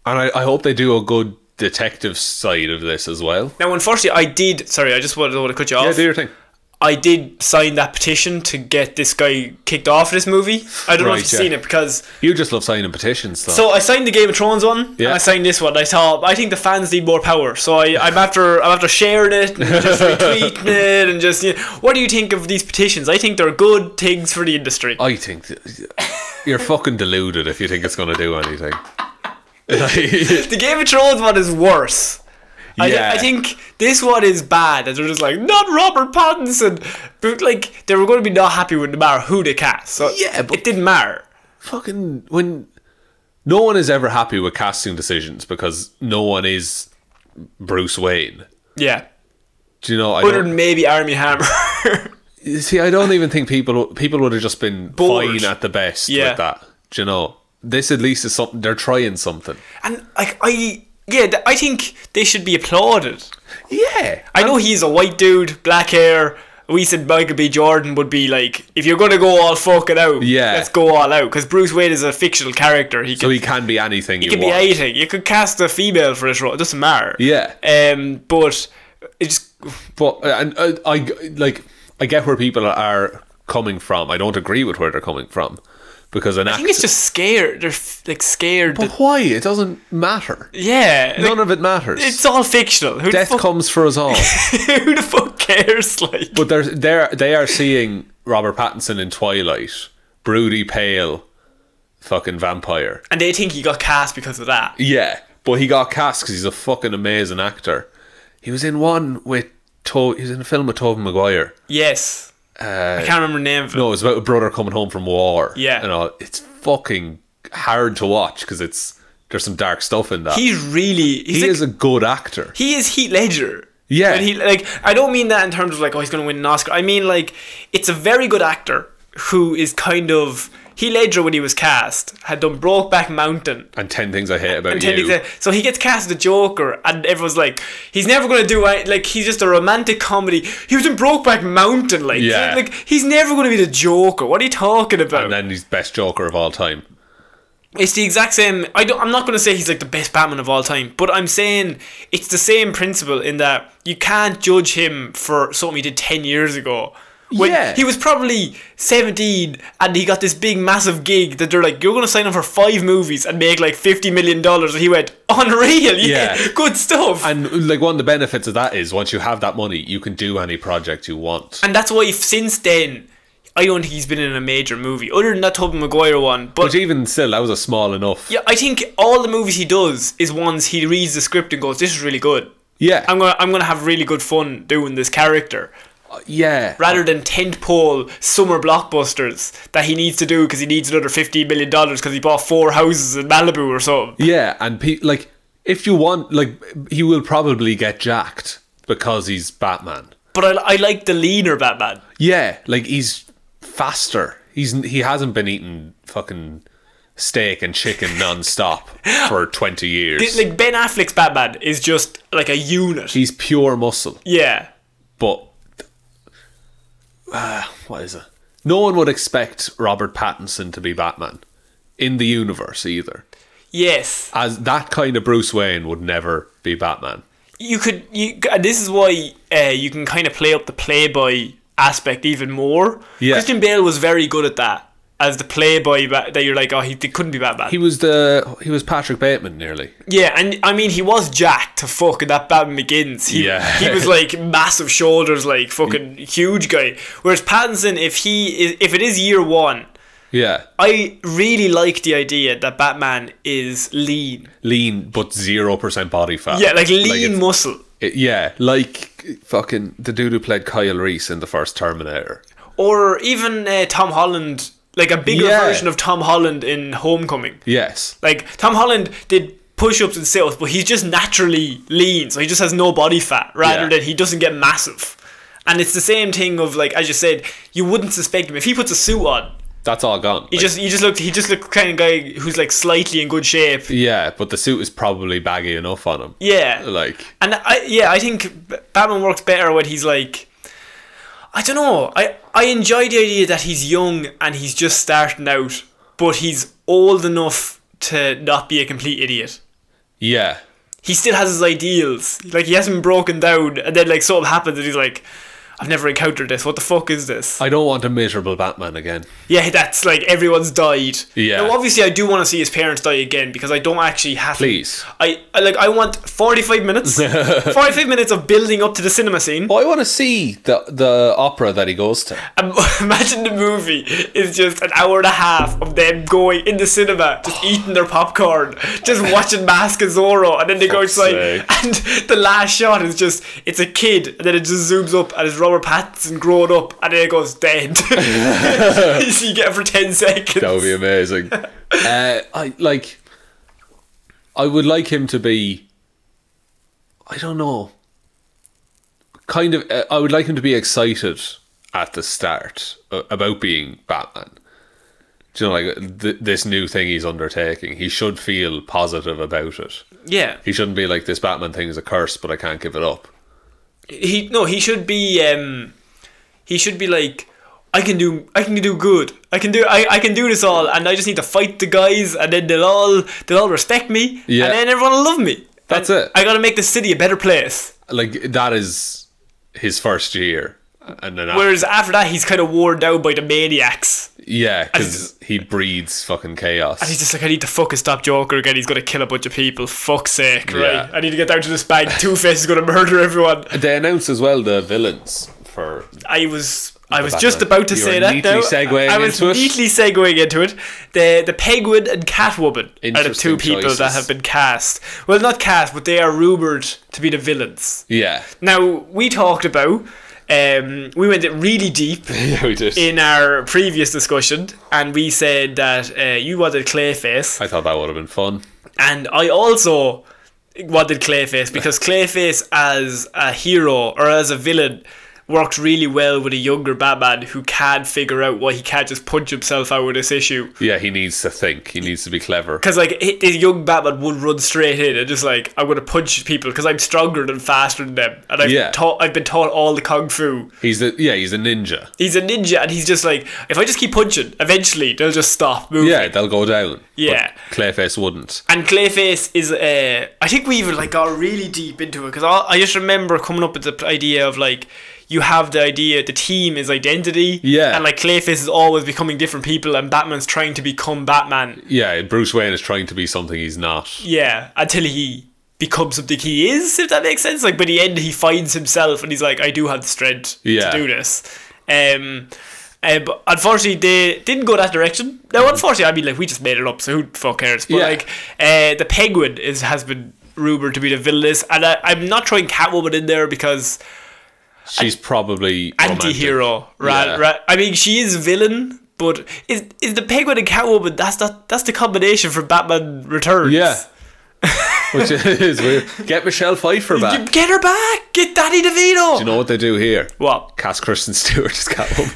B: and I, I hope they do a good detective side of this as well.
A: Now, unfortunately, I did. Sorry, I just wanted, want to cut you off.
B: Yeah, do your thing.
A: I did sign that petition to get this guy kicked off this movie. I don't know if you've
B: Right, yeah.
A: seen it because
B: You just love signing petitions, though.
A: so I signed the Game of Thrones one.
B: Yeah.
A: And I signed this one. I thought I think the fans need more power, so I, I'm after I'm after sharing it and just retweeting it and just you know, what do you think of these petitions? I think they're good things for the industry.
B: I think th- you're fucking deluded if you think it's going to do anything. Like,
A: The Game of Thrones one is worse. I, thi-
B: Yeah.
A: I think this one is bad, and they're just like not Robert Pattinson, but like they were going to be not happy with no matter who they cast. So
B: Yeah, but-
A: it didn't matter.
B: fucking when no one is ever happy with casting decisions because no one is Bruce Wayne.
A: Yeah.
B: Do you know? I
A: Other
B: don't,
A: than maybe Army Hammer.
B: See, I don't even think people people would have just been
A: Bored.
B: fine at the best
A: Yeah.
B: with that. Do you know? This at least is something they're trying something.
A: and like I yeah, th- I think they should be applauded.
B: Yeah,
A: I know he's a white dude, black hair. We said Michael B. Jordan would be like, if you're gonna go all fucking out,
B: Yeah.
A: let's go all out. Because Bruce Wayne is a fictional character. He
B: so
A: could,
B: he can be anything
A: he
B: you
A: could be
B: want.
A: anything. You could cast a female for his role. It doesn't matter.
B: Yeah.
A: Um, but it just
B: But and uh, I like I get where people are coming from. I don't agree with where they're coming from because an
A: I think
B: actor.
A: it's just scared. They're f- like scared. that-
B: But why? It doesn't matter.
A: yeah. like,
B: None of it matters.
A: it's all fictional. Who
B: Death
A: the fuck,
B: comes for us all.
A: who the fuck cares? Like.
B: But they're they are they are seeing Robert Pattinson in Twilight, broody, pale, fucking vampire.
A: and they think he got cast because of that.
B: Yeah, but he got cast because he's a fucking amazing actor. He was in one with to- he was in a film with Tobey Maguire.
A: Yes.
B: Uh,
A: I can't remember the name of it.
B: No, it's about a brother coming home from war.
A: Yeah.
B: and all. It's fucking hard to watch because it's there's some dark stuff in that. He,
A: He's really he's like,
B: is a good actor.
A: he is Heat Ledger.
B: Yeah.
A: And he like I don't mean that in terms of like oh he's gonna win an Oscar. I mean like it's a very good actor who is kind of Heat Ledger when he was cast had done Brokeback Mountain.
B: and ten things I hate about
A: And
B: you.
A: Teddy said- So he gets cast as the Joker, and everyone's like, he's never gonna do it. Like he's just a romantic comedy. He was in Brokeback Mountain, like,
B: Yeah.
A: like he's never gonna be the Joker. What are you talking about?
B: and then he's best Joker of all time.
A: It's the exact same. I don't, I'm not going to say he's like the best Batman of all time, but I'm saying it's the same principle in that you can't judge him for something he did 10 years ago. When
B: Yeah.
A: He was probably 17 and he got this big, massive gig that they're like, you're going to sign up for five movies and make like $50 million. And he went, unreal. Yeah.
B: Yeah.
A: Good stuff. And,
B: And like one of the benefits of that is once you have that money, you can do any project you want.
A: that's why if, since then, I don't think he's been in a major movie other than that Tobey Maguire one. But
B: But even still, that was a small enough.
A: yeah, I think all the movies he does is ones he reads the script and goes, this is really good.
B: Yeah,
A: I'm gonna I'm gonna have really good fun doing this character
B: yeah.
A: rather than tentpole summer blockbusters that he needs to do because he needs another fifty million dollars because he bought four houses in Malibu or something.
B: Yeah, and pe- like if you want, like he will probably get jacked because he's Batman.
A: But I, I like the leaner Batman.
B: Yeah, like he's faster. He's he hasn't been eating fucking steak and chicken non-stop for twenty years.
A: It's like Ben Affleck's Batman is just like a unit.
B: he's pure muscle,
A: Yeah,
B: but uh, what is it? No one would expect Robert Pattinson to be Batman in the universe either.
A: yes.
B: As that kind of Bruce Wayne would never be Batman.
A: You could you. And this is why uh, you can kind of play up the playboy aspect even more.
B: Yeah.
A: Christian Bale was very good at that as the playboy ba- that you're like oh he, he couldn't be Batman.
B: He was the he was Patrick Bateman nearly.
A: Yeah, and I mean he was jacked to fuck in that Batman Begins. He,
B: Yeah. Mm.
A: he was like massive shoulders, like fucking huge guy. Whereas Pattinson, if he is, if it is year one,
B: Yeah.
A: I really like the idea that Batman is lean.
B: Lean, but 0% body fat.
A: Yeah, like lean
B: it's-
A: muscle.
B: it- yeah, like fucking the dude who played Kyle Reese in the first Terminator.
A: Or even uh, Tom Holland, like a bigger
B: Yeah.
A: version of Tom Holland in Homecoming.
B: Yes.
A: Like, Tom Holland did push ups and sit ups, but he's just naturally lean, so he just has no body fat, rather
B: Yeah.
A: than he doesn't get massive. And it's the same thing of like as you said, you wouldn't suspect him if he puts a suit on.
B: That's all gone.
A: He
B: Like,
A: just he just looked he just looked kind of guy who's like slightly in good shape.
B: yeah, but the suit is probably baggy enough on him.
A: Yeah,
B: Like,
A: And I yeah, I think B- Batman works better when he's like I don't know. I I enjoy the idea that he's young and he's just starting out, but he's old enough to not be a complete idiot.
B: yeah.
A: He still has his ideals. Like he hasn't broken down and then like something happens and he's like I've never encountered this. What the fuck is this?
B: I don't want a miserable Batman again.
A: Yeah, that's like everyone's died.
B: Yeah.
A: Now, obviously, I do want to see his parents die again because I don't actually have.
B: Please.
A: I, I like. I want forty-five minutes. forty-five minutes of building up to the cinema scene.
B: Well, I want to see the the opera that he goes to.
A: Um, Imagine the movie is just an hour and a half of them going in the cinema, just eating their popcorn, just watching Mask of Zorro, and then they go
B: Fuck's
A: outside,
B: sake.
A: and the last shot is just it's a kid, and then it just zooms up, and it's Robert Pattinson grown up, and then it goes dead. you see, you get it for ten seconds.
B: That would be amazing. uh, I like. I would like him to be. I don't know. Kind of, uh, I would like him to be excited at the start uh, about being Batman. Do you know, like th- this new thing he's undertaking, he should feel positive about it.
A: yeah.
B: He shouldn't be like this Batman thing is a curse, but I can't give it up.
A: he no he should be um he should be like I can do I can do good I can do I, I can do this all and I just need to fight the guys and then they'll all they'll all respect me
B: Yeah.
A: and then everyone will love me
B: That's
A: And
B: it.
A: I gotta make the city a better place
B: Like that is his first year, and then after
A: whereas after that he's kind of worn down by the maniacs
B: Yeah,
A: it's-
B: because he breeds fucking chaos.
A: he's just like I need to fucking stop Joker again he's gonna kill a bunch of people fuck's sake
B: Yeah.
A: right I need to get down to this bag Two Face is gonna murder everyone
B: they announced as well the villains for.
A: I was I was
B: Batman.
A: just about to
B: You
A: say
B: were
A: that
B: neatly
A: now.
B: segueing
A: I was
B: into it.
A: neatly segueing into it. The the Penguin and Catwoman are the two
B: Interesting
A: people that
B: choices.
A: have been cast. Well, not cast, but they are rumored to be the villains.
B: Yeah,
A: Now we talked about. Um, we went really deep
B: yeah, we did.
A: in our previous discussion, and we said that uh, you wanted Clayface,
B: I thought that would have been fun.
A: and I also wanted Clayface because Clayface as a hero or as a villain worked really well with a younger Batman who can't figure out why he can't just punch himself out with this issue.
B: Yeah, he needs to think. He needs to be clever.
A: Because like hi- the young Batman would run straight in and just like I'm gonna punch people because I'm stronger and faster than them, and I've
B: Yeah.
A: taught I've been taught all the kung fu.
B: He's a yeah, he's a ninja.
A: He's a ninja, and he's just like if I just keep punching, eventually they'll just stop moving.
B: Yeah, they'll go down.
A: Yeah.
B: but Clayface wouldn't.
A: And Clayface is, uh, I think we even like got really deep into it because I, I just remember coming up with the p- idea of like you have the idea the team is identity,
B: Yeah.
A: and like Clayface is always becoming different people, and Batman's trying to become Batman,
B: Yeah, Bruce Wayne is trying to be something he's not.
A: yeah, until he becomes something he is, if that makes sense. Like by the end, he finds himself, and he's like, I do have the strength
B: Yeah.
A: to do this. Um, uh, but unfortunately, they didn't go that direction. Now, unfortunately, I mean, like we just made it up, so who the fuck cares? But
B: Mm-hmm. Yeah.
A: like, uh, the Penguin is has been rumored to be the villainous, and I, I'm not throwing Catwoman in there because
B: She's probably romantic.
A: anti-hero, right?
B: Yeah.
A: Right. I mean, she is villain. But is is the penguin and Catwoman? That's not, that's the combination for Batman Returns.
B: Yeah, which is weird. Get Michelle Pfeiffer back. Do
A: Get her back. Get Danny DeVito.
B: you know what they Uh, do here?
A: what?
B: Cast Kristen Stewart as Catwoman.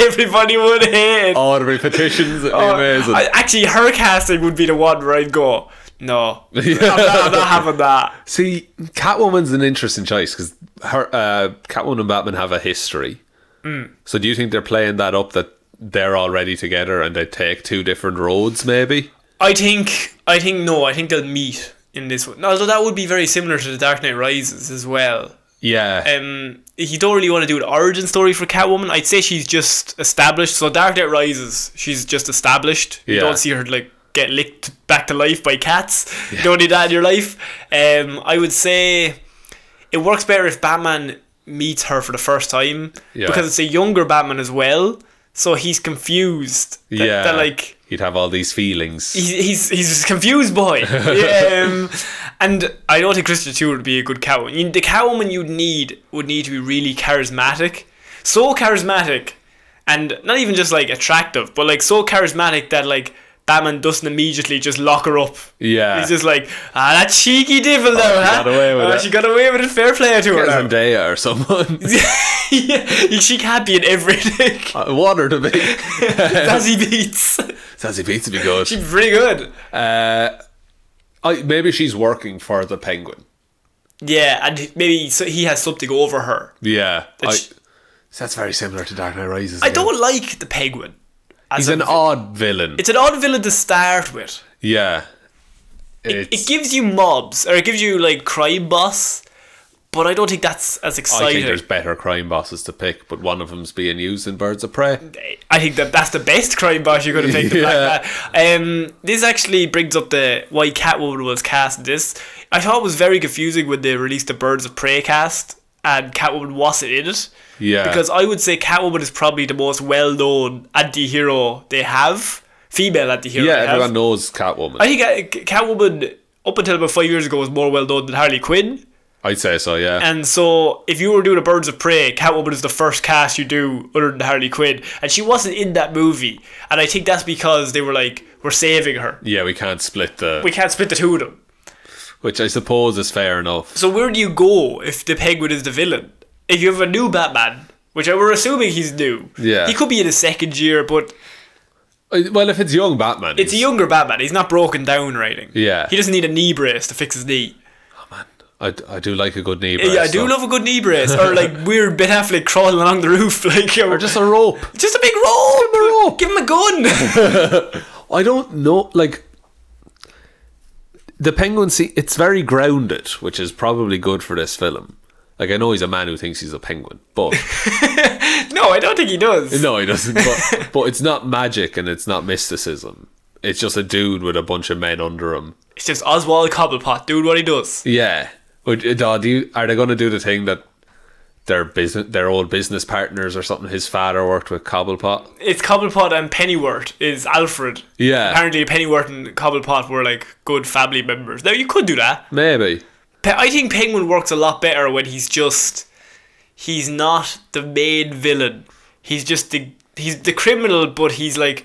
A: Everybody would hate.
B: Orderly petitions. It'd be Oh, amazing.
A: I- actually, her casting would be the one where I'd go, no, I'm, not, I'm not having that.
B: See, Catwoman's an interesting choice because her uh, Catwoman and Batman have a history.
A: Mm.
B: So do you think they're playing that up that they're already together and they take two different roads? Maybe.
A: I think, I think no, I think they'll meet in this one. Although that would be very similar to The Dark Knight Rises as well.
B: Yeah.
A: Um, you don't really want to do an origin story for Catwoman. I'd say she's just established. So Dark Knight Rises, she's just established. You
B: Yeah.
A: don't see her like get licked back to life by cats. You don't need that in your life. Um, I would say it works better if Batman meets her for the first time
B: Yeah.
A: because it's a younger Batman as well. so he's confused. That,
B: yeah.
A: that like
B: he'd have all these feelings.
A: he's he's he's a confused boy. um, and I don't think Christian Stewart would be a good cowman. You, the cowman you'd need would need to be really charismatic, so charismatic, and not even just like attractive, but like so charismatic that like Batman doesn't immediately just lock her up.
B: Yeah. Oh,
A: He's just like ah that cheeky devil though,
B: she
A: huh?
B: got away with
A: Ah,
B: it."
A: She got away with it. Fair play to her. now."
B: Zendaya or someone.
A: yeah, she can't be in everything.
B: I want her to be.
A: Dazzy beats.
B: Sassy Beats would be good.
A: She's pretty good.
B: Uh, I, maybe she's working for the Penguin.
A: Yeah, and maybe so he has something over her.
B: Yeah. I,
A: sh-
B: so that's very similar to Dark Knight Rises.
A: I
B: again.
A: don't like the penguin. As
B: He's
A: a
B: an
A: vi-
B: odd villain.
A: it's an odd villain to start with.
B: yeah. It's-
A: It gives you mobs, or it gives you like crime boss, but I don't think that's as
B: I think
A: exciting. I
B: there's
A: think,
B: better crime bosses to pick, but one of them's being used in Birds of Prey.
A: that that's the best crime boss you're going to pick.
B: Yeah.
A: Yeah. Um, this actually brings up the why Catwoman was cast. in This I thought it was very confusing when they released the Birds of Prey cast and Catwoman wasn't in it.
B: Yeah.
A: Because I would say Catwoman is probably the most well-known anti-hero they have, female anti-hero.
B: yeah,
A: they have.
B: everyone knows Catwoman.
A: I think uh, C- Catwoman up until about five years ago was more well known than Harley Quinn,
B: I, would say so. Yeah.
A: and so if you were doing a Birds of Prey, Catwoman is the first cast you do other than Harley Quinn, and she wasn't in that movie, and I think that's because they were like, we're saving her.
B: yeah, we can't split the,
A: We can't split the two of them.
B: which I suppose is fair enough.
A: So where do you go if the Penguin is the villain? If you have a new Batman, which I we're assuming he's new,
B: Yeah.
A: he could be in his second year, but
B: I- Well, if it's young Batman,
A: it's a younger Batman. He's not broken down or anything.
B: Yeah.
A: he doesn't need a knee brace to fix his knee.
B: I, I do like a good knee brace.
A: Yeah, I do
B: though.
A: love a good knee brace or like weird Ben Affleck crawling along the roof like or
B: Or just a rope.
A: just a big rope. Give him
B: a rope.
A: gun.
B: I don't know. Like the penguin, see, it's very grounded, which is probably good for this film. Like I know he's a man who thinks he's a penguin, but
A: no, I don't think he does.
B: no, he doesn't. But, but it's not magic and it's not mysticism. It's just a dude with a bunch of men under him.
A: It's just Oswald Cobblepot doing what he does.
B: Yeah. Would, uh, do you, are they going to do the thing that their business, their old business partners or something? His father worked with Cobblepot.
A: It's Cobblepot and Pennyworth is Alfred.
B: Yeah.
A: Apparently, Pennyworth and Cobblepot were like good family members. Now you could do that.
B: Maybe.
A: Pe- I think Penguin works a lot better when he's just he's not the main villain. He's just the he's the criminal, but he's like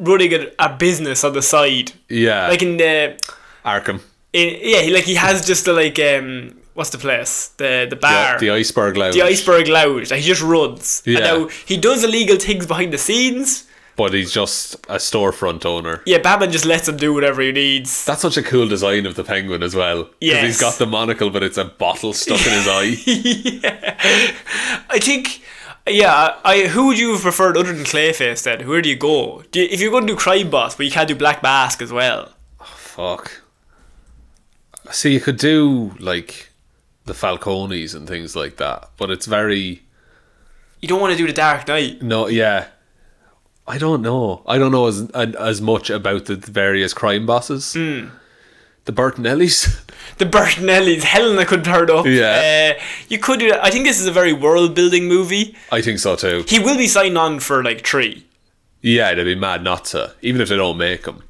A: running a, a business on the side.
B: Yeah.
A: Like in the
B: Arkham.
A: in, yeah, he, like he has just the like um what's the place the the
B: Yeah,
A: bar
B: the iceberg lounge.
A: the iceberg lounge. Like he just runs.
B: Yeah.
A: And now he does illegal things behind the scenes.
B: but he's just a storefront owner.
A: Yeah, Batman just lets him do whatever he needs.
B: That's such a cool design of the penguin as well. Because
A: Yes.
B: he's got the monocle, but it's a bottle stuck in his eye.
A: yeah. I think. Yeah, I who would you have preferred other than Clayface then? Where do you go? Do you, if you're going to do Crime Boss, but you can't do Black Mask as well.
B: Fuck. See, you could do like the Falcones and things like that, but it's very
A: You don't want to do the Dark Knight.
B: no. Yeah, I don't know. I don't know as as much about the various crime bosses.
A: Hmm.
B: The Bertinellis.
A: The Bertinellis, Helena could turn up.
B: Yeah.
A: Uh, you could do that. I think this is a very world building movie.
B: I think so too.
A: He will be signed on for like three.
B: Yeah, they'd be mad not to, even if they don't make them.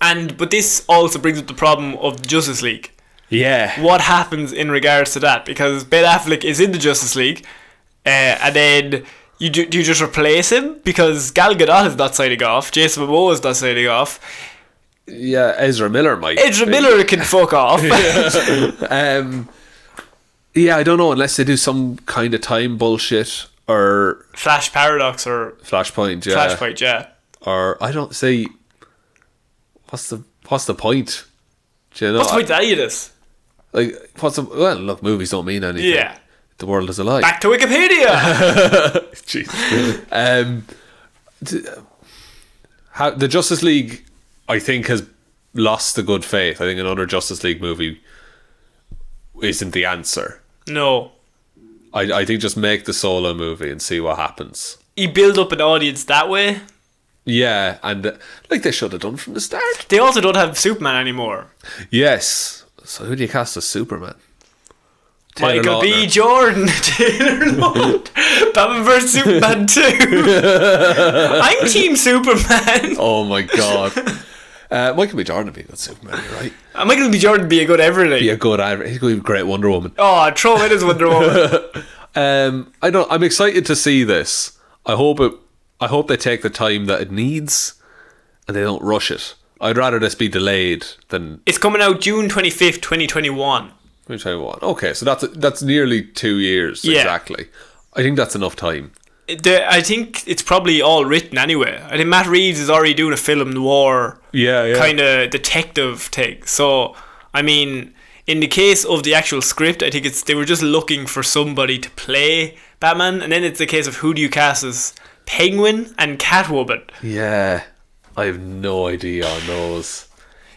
A: And but this also brings up the problem of the Justice League.
B: Yeah.
A: What happens in regards to that? Because Ben Affleck is in the Justice League, uh, and then you do, do you just replace him because Gal Gadot is not signing off, Jason Momoa is not signing off,
B: Yeah, Ezra Miller might.
A: Ezra
B: be.
A: Miller can fuck off.
B: Um, yeah, I don't know unless they do some kind of time bullshit or
A: Flash Paradox or
B: Flashpoint, yeah,
A: Flashpoint, yeah.
B: or I don't see what's the what's the point. Do you know,
A: What's the point to any of this?
B: like what's the well? Look, movies don't mean anything.
A: Yeah.
B: the world is a lie.
A: Back to Wikipedia.
B: Jeez. um, d- how the Justice League, I think, has lost the good faith. I think another Justice League movie isn't the answer.
A: no,
B: I, I think just make the solo movie and see what happens.
A: you build up an audience that way.
B: Yeah, and uh, like they should have done from the start.
A: They also don't have Superman anymore.
B: Yes. So who do you cast as Superman? Taylor
A: Michael B.
B: Lautner.
A: Jordan, Taylor Lautner, Batman vs Superman two. I'm Team Superman.
B: Oh my god. Uh, Michael B. Jordan would be a good Superman, you're right?
A: Uh, Michael B. Jordan be a good everything.
B: Be a good Irish. He's going to be a great Wonder Woman.
A: Oh, throw in his Wonder Woman.
B: Um, I don't. I'm excited to see this. I hope it. I hope they take the time that it needs, and they don't rush it. I'd rather this be delayed than
A: it's coming out June twenty fifth, twenty twenty one.
B: which I want. Okay, so that's that's nearly two years
A: Yeah.
B: exactly. I think that's enough time.
A: I think it's probably all written anyway. I think Matt Reeves is already doing a film noir
B: Yeah, yeah.
A: kind of detective thing. So, I mean, in the case of the actual script, I think it's they were just looking for somebody to play Batman, and then it's the case of who do you cast as Penguin and Catwoman.
B: Yeah, I have no idea on those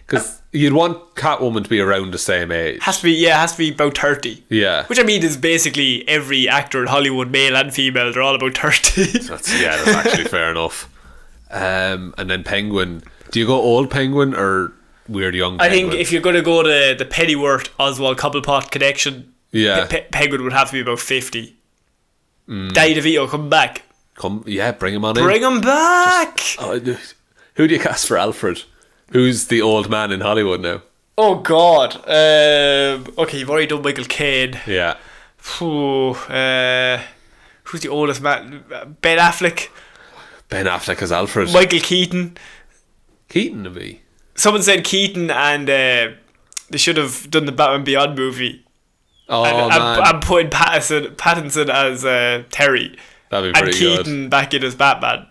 B: because you'd want Catwoman to be around the same age.
A: Has to be yeah, has to be about thirty.
B: Yeah,
A: Which I mean is basically every actor in Hollywood, male and female, they're all about thirty.
B: that's yeah, that's actually fair enough. Um, and then Penguin. Do you go old Penguin or weird young?
A: I
B: Penguin?
A: think if you're going to go to the Pennyworth Oswald Cobblepot connection,
B: yeah, Mm.
A: Pe- Penguin would have to be about fifty. Danny DeVito, come back,
B: Come, yeah, bring him on in.
A: bring him back.
B: Oh, dude. who do you cast for Alfred? Who's the old man in Hollywood now?
A: Oh God. Um, okay, you've already done Michael Caine.
B: Yeah,
A: Phew, uh, who's the oldest man? Ben Affleck,
B: Ben Affleck as Alfred.
A: Michael Keaton.
B: Keaton to be.
A: Someone said Keaton, and uh, they should have done the Batman Beyond movie.
B: Oh
A: And um,
B: man,
A: I'm, I'm putting Pattinson, Pattinson as uh, Terry
B: that'd be
A: and
B: pretty good.
A: Keaton back in as Batman.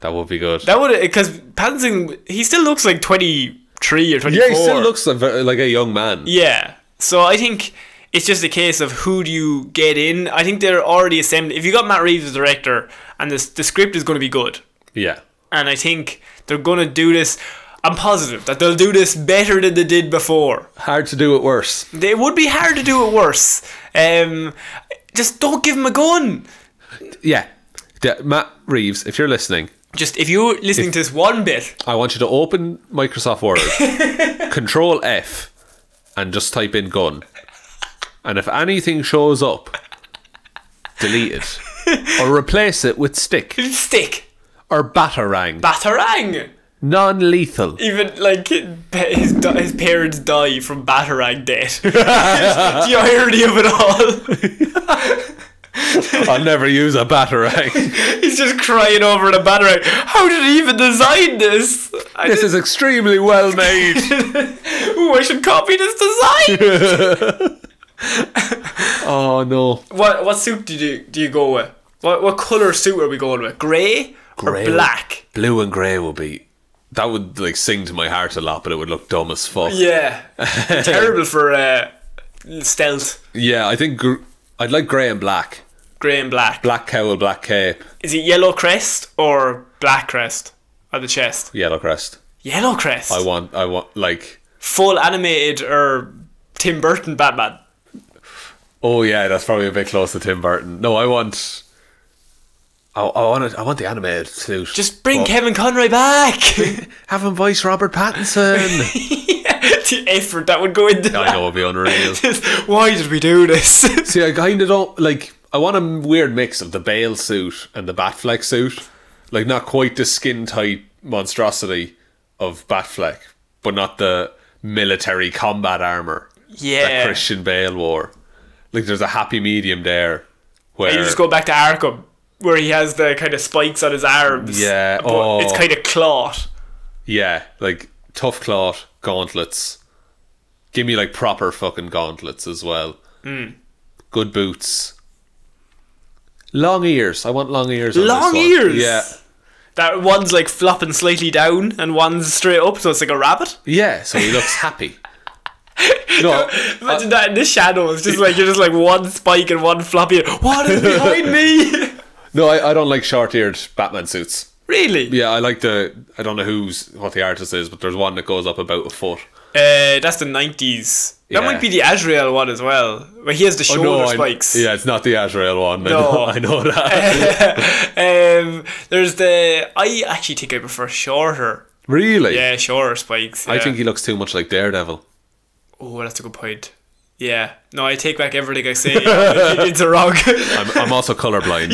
B: That would be good.
A: That would because Pattinson he still looks like twenty three or twenty four.
B: yeah, he still looks a ver- like a young man.
A: Yeah. So I think it's just a case of who do you get in. I think they're already assembled. If you got Matt Reeves as director, and this, the script is going to be good,
B: Yeah.
A: and I think they're going to do this. I'm positive that they'll do this better than they did before.
B: hard to do it worse.
A: They would be hard to do it worse. Um, just don't give him a gun.
B: Yeah, D- Matt Reeves, if you're listening,
A: Just if you're listening to this one bit,
B: I want you to open Microsoft Word, Control F, and just type in gun. And if anything shows up, delete it. Or replace it with stick
A: stick
B: or batarang.
A: batarang.
B: non lethal.
A: Even like his his parents die from batarang death. the irony of it all.
B: I'll never use a batarang.
A: He's just crying over the batarang. How did he even design this? I
B: This is extremely well made.
A: Ooh, I should copy this design.
B: Oh no.
A: what what suit do you do you go with? What what color suit are we going with? Gray or
B: Grey.
A: black?
B: Blue and grey will be. That would like sing to my heart a lot, but it would look dumb as fuck.
A: Yeah, terrible for uh, stealth.
B: Yeah, I think gr- I'd like grey and black.
A: Gray and black.
B: Black cowl, black cape,
A: Is it yellow crest or black crest on the chest?
B: yellow crest.
A: Yellow crest.
B: I want, I want, like,
A: Full animated or Tim Burton Batman.
B: oh yeah, that's probably a bit close to Tim Burton. No, I want, I, I want, a, I want the animated suit.
A: Just bring
B: But
A: Kevin Conroy back.
B: have him voice Robert Pattinson.
A: the effort that would go into
B: I know it'd be unreal.
A: that. Why did we do this?
B: See, I kind of don't like. I want a weird mix of the Bale suit and the Batfleck suit, like not quite the skin tight monstrosity of Batfleck, but not the military combat armor. that
A: Yeah.
B: Christian Bale wore. Like there's a happy medium there where
A: You just go back to Arkham, where he has the kind of spikes on his arms.
B: Yeah,
A: But
B: oh.
A: it's kind of clot.
B: yeah, like tough cloth gauntlets. Give me like proper fucking gauntlets as well.
A: Hmm.
B: Good boots. Long ears. I want long ears. on this
A: Long
B: one.
A: ears.
B: Yeah.
A: That one's like flopping slightly down and one's straight up, so it's like a rabbit.
B: Yeah. So he looks happy. No.
A: Imagine that in the shadows, just like you're just like one spike and one floppy. What is behind me?
B: No, I, I don't like short eared Batman suits.
A: really?
B: Yeah, I like the I don't know who's what the artist is, but there's one that goes up about a foot.
A: Uh, that's the nineties. That
B: Yeah. Oh,
A: might be the Azrael one as well, where he has the shoulder
B: I-
A: spikes.
B: yeah, it's not the Azrael one.
A: No.
B: I, know, I know that.
A: um, there's the. I actually think I prefer shorter.
B: Really?
A: Yeah, shorter spikes.
B: I
A: yeah.
B: think he looks too much like Daredevil.
A: Oh, that's a good point. Yeah. No, I take back everything I say. it's a wrong.
B: I'm, I'm also colorblind.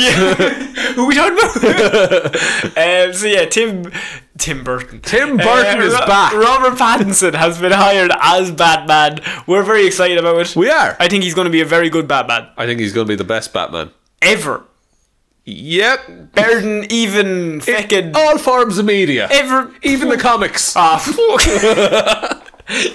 A: Who we talking about? um, so yeah, Tim Tim Burton. Uh,
B: Tim Burton is back.
A: Robert Pattinson has been hired as Batman. We're very excited about it.
B: We are.
A: I think he's going to be a very good Batman
B: I think he's going to be the best Batman.
A: ever.
B: Yep.
A: Better than even fucking
B: All forms of media.
A: ever.
B: Oh, Even the comics.
A: Ah, fuck.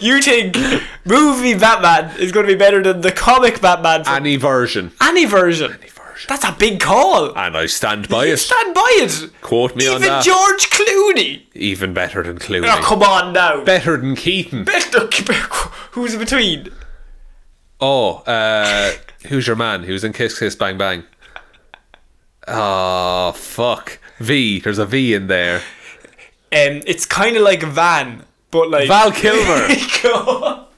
A: you think movie Batman is going to be better than the comic Batman from
B: Any version.
A: any version?
B: version.
A: That's a big call.
B: And I stand by it.
A: Stand by it.
B: Quote me on
A: Even
B: that.
A: George Clooney.
B: Even better than Clooney.
A: Oh, come on now.
B: better than Keaton.
A: Who's in between?
B: Oh, uh, who's your man? Who's in Kiss Kiss Bang Bang? Oh, fuck. V. There's a V in there.
A: Um, it's kind of like Van, but like
B: Val Kilmer.
A: Val,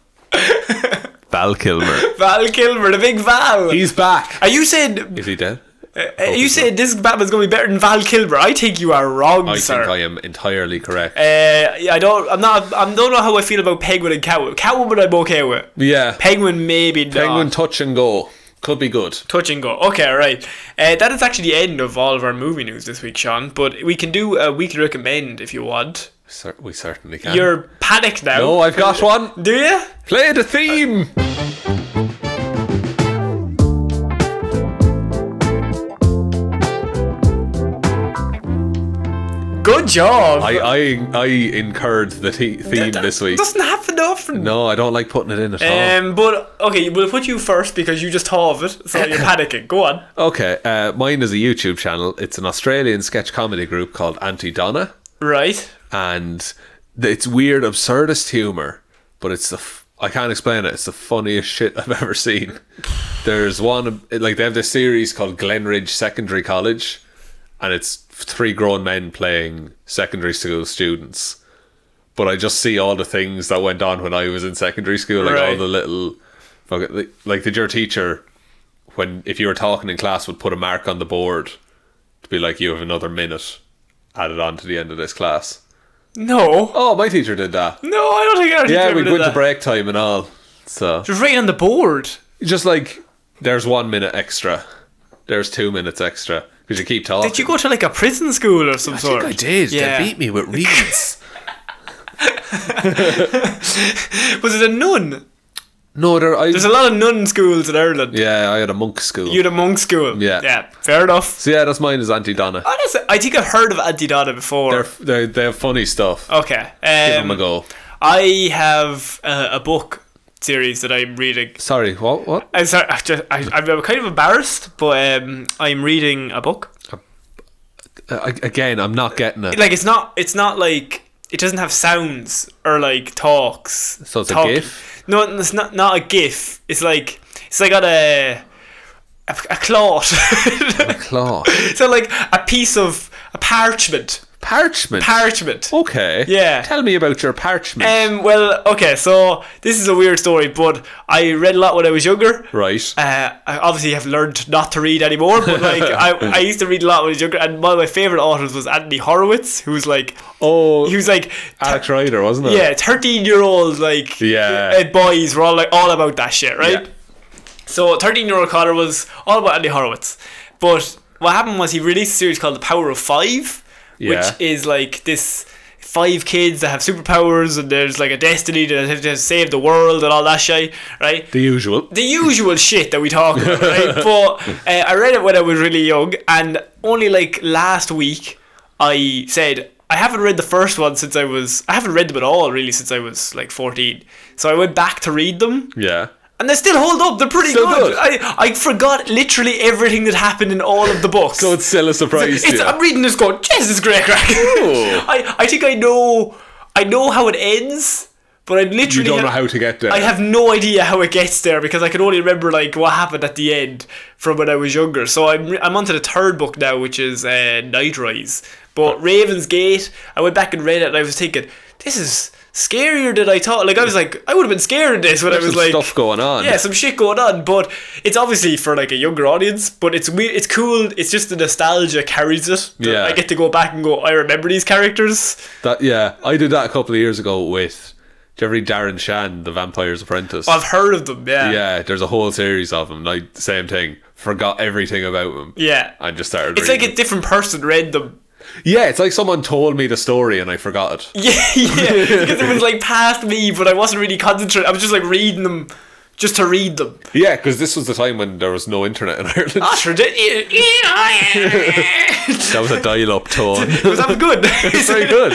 B: Val Kilmer.
A: Kilmer, the big Val.
B: He's back.
A: are you saying?
B: Is he dead?
A: Are you saying this Batman's gonna be better than Val Kilmer? I think you are wrong,
B: I
A: sir.
B: think I am entirely correct.
A: Uh, yeah, I don't. I'm not. I don't know how I feel about Penguin and Catwoman. Catwoman, I'm okay with.
B: yeah.
A: Penguin, maybe not.
B: Penguin touch and go. Could be good.
A: Touch and go. Okay, right. Uh, that is actually the end of all of our movie news this week, Sean. But we can do a weekly recommend if you want.
B: Cer- we certainly can.
A: You're panicked now.
B: oh, I've got one.
A: do you?
B: Play the theme.
A: Good job.
B: I, I, I incurred the te- theme this week.
A: Doesn't happen often.
B: No, I don't like putting it in at all.
A: Um, but okay, we'll put you first because you just thought of it, so you're panicking. Go on.
B: Okay, uh, mine is a YouTube channel. It's an Australian sketch comedy group called Auntie Donna,
A: Right.
B: and th- it's weird, absurdist humor, but it's the f- I can't explain it. It's the funniest shit I've ever seen. There's one like they have this series called Glenridge Secondary College, and it's three grown men playing secondary school students. But I just see all the things that went on when I was in secondary school, like all
A: Right.
B: the little, fucking- like, like did your teacher when if you were talking in class would put a mark on the board to be like you have another minute added on to the end of this class.
A: No.
B: Oh, my teacher did that.
A: No, I don't think I
B: Yeah,
A: ever
B: we'd
A: did
B: go into
A: that.
B: break time and all. So
A: Just right on the board.
B: just like there's one minute extra, there's two minutes extra because you keep talking.
A: Did you go to like a prison school or some
B: I
A: sort?
B: think I did.
A: Yeah.
B: They beat me with reeds.
A: Was it a nun?
B: no, there. I,
A: There's a lot of nun schools in Ireland.
B: yeah, I had a monk school.
A: You had a monk school.
B: Yeah.
A: Yeah. Fair enough.
B: so yeah, that's mine is Auntie Donna.
A: Oh, that's- I think I've heard of Auntie Donna before.
B: They're, they're, they're funny stuff.
A: okay. Um,
B: Give them a go.
A: I have uh, a book series that I'm reading.
B: Sorry, what? What?
A: I'm sorry. I just, I, I'm kind of embarrassed, but um, I'm reading a book.
B: Uh, I- again, I'm not getting it.
A: like it's not it's not like it doesn't have sounds or like talks.
B: So it's a
A: Talk-
B: gif?
A: No, it's not not a gif. It's like it's like got a a, a cloth.
B: Claw.
A: so like a piece of a parchment.
B: Parchment.
A: Parchment.
B: Oh. okay.
A: Yeah.
B: Tell me about your parchment.
A: Um. Well, okay. So this is a weird story, but I read a lot when I was younger.
B: right.
A: Uh, I obviously have learned not to read anymore, but like I, I used to read a lot when I was younger, and one of my favorite authors was Anthony Horowitz, who was like,
B: oh,
A: he was like,
B: Alex Ryder, wasn't it?
A: Yeah, thirteen year old like
B: Yeah.
A: uh, boys were all like all about that shit, right?
B: Yeah.
A: So thirteen year old Connor was all about Andy Horowitz. But what happened was he released a series called The Power of Five,
B: Yeah.
A: which is like this five kids that have superpowers and there's like a destiny that have to save the world and all that shit, right?
B: The usual.
A: the usual shit that we talk about, right? But uh, I read it when I was really young, and only like last week I said I haven't read the first one since I was I haven't read them at all really since I was like fourteen. So I went back to read them,
B: yeah.
A: and they still hold up. They're pretty
B: Still
A: good.
B: good.
A: I I forgot literally everything that happened in all of the books.
B: So it's still a surprise to
A: It's,
B: you.
A: I'm reading this going, Jesus, great crack. I, I think I know, I know how it ends, but I literally
B: you don't know how to get there.
A: I have no idea how it gets there because I can only remember like what happened at the end from when I was younger. So I'm re- I'm onto the third book now, which is uh, Night Rise. But Raven's Gate, I went back and read it, and I was thinking, this is scarier than I thought. Like I was like, I would have been scared of this when I was
B: Some
A: like,
B: stuff going on.
A: yeah, some shit going on, but it's obviously for like a younger audience. But it's weird, it's cool. It's just the nostalgia carries it. The-
B: Yeah.
A: I get to go back and go. I remember these characters.
B: That yeah, I did that a couple of years ago with you ever read Darren Shan, The Vampire's Apprentice?
A: I've heard of them. Yeah.
B: yeah, there's a whole series of them. Like same thing. Forgot everything about them.
A: Yeah.
B: And just started.
A: It's like
B: reading
A: a different person read them.
B: them. yeah, it's like someone told me the story and I forgot it.
A: Yeah, yeah. Because it was like past me, but I wasn't really concentrating. I was just like reading them, just to read them.
B: Yeah, because this was the time when there was no internet in Ireland.
A: That's ridiculous.
B: that was a dial-up tone.
A: was that good?
B: It's very good.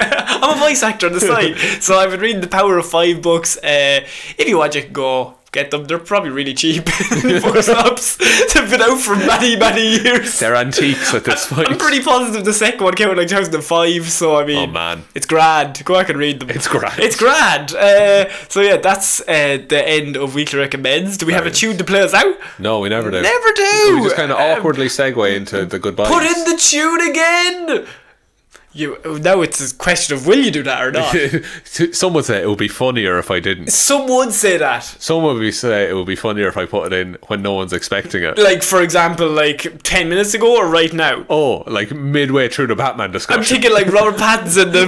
A: I'm a voice actor on the side, so I've been reading The Power of Five books. Uh, if you want, you can go get them. They're probably really cheap. Bookshops. They've been out for many, many years.
B: They're antiques at this point.
A: I'm pretty positive the second one came out in like 2005, so I mean,
B: Oh, man.
A: it's grand. Go back and read them.
B: It's grand.
A: It's grand. Uh, so yeah, that's uh, the end of weekly recommends. Do we have a
B: Right.
A: tune to play us out?
B: no, we never do.
A: Never do.
B: We just kind of
A: Um,
B: awkwardly segue into the goodbyes.
A: Put in the tune again. You now it's a question of will you do that or not.
B: Some would say it would be funnier if I didn't.
A: Some would say that.
B: Some would be say it would be funnier if I put it in when no one's expecting it.
A: Like for example, like ten minutes ago or right now.
B: Oh, like midway through the Batman
A: I'm
B: discussion.
A: thinking like Robert Pattinson, the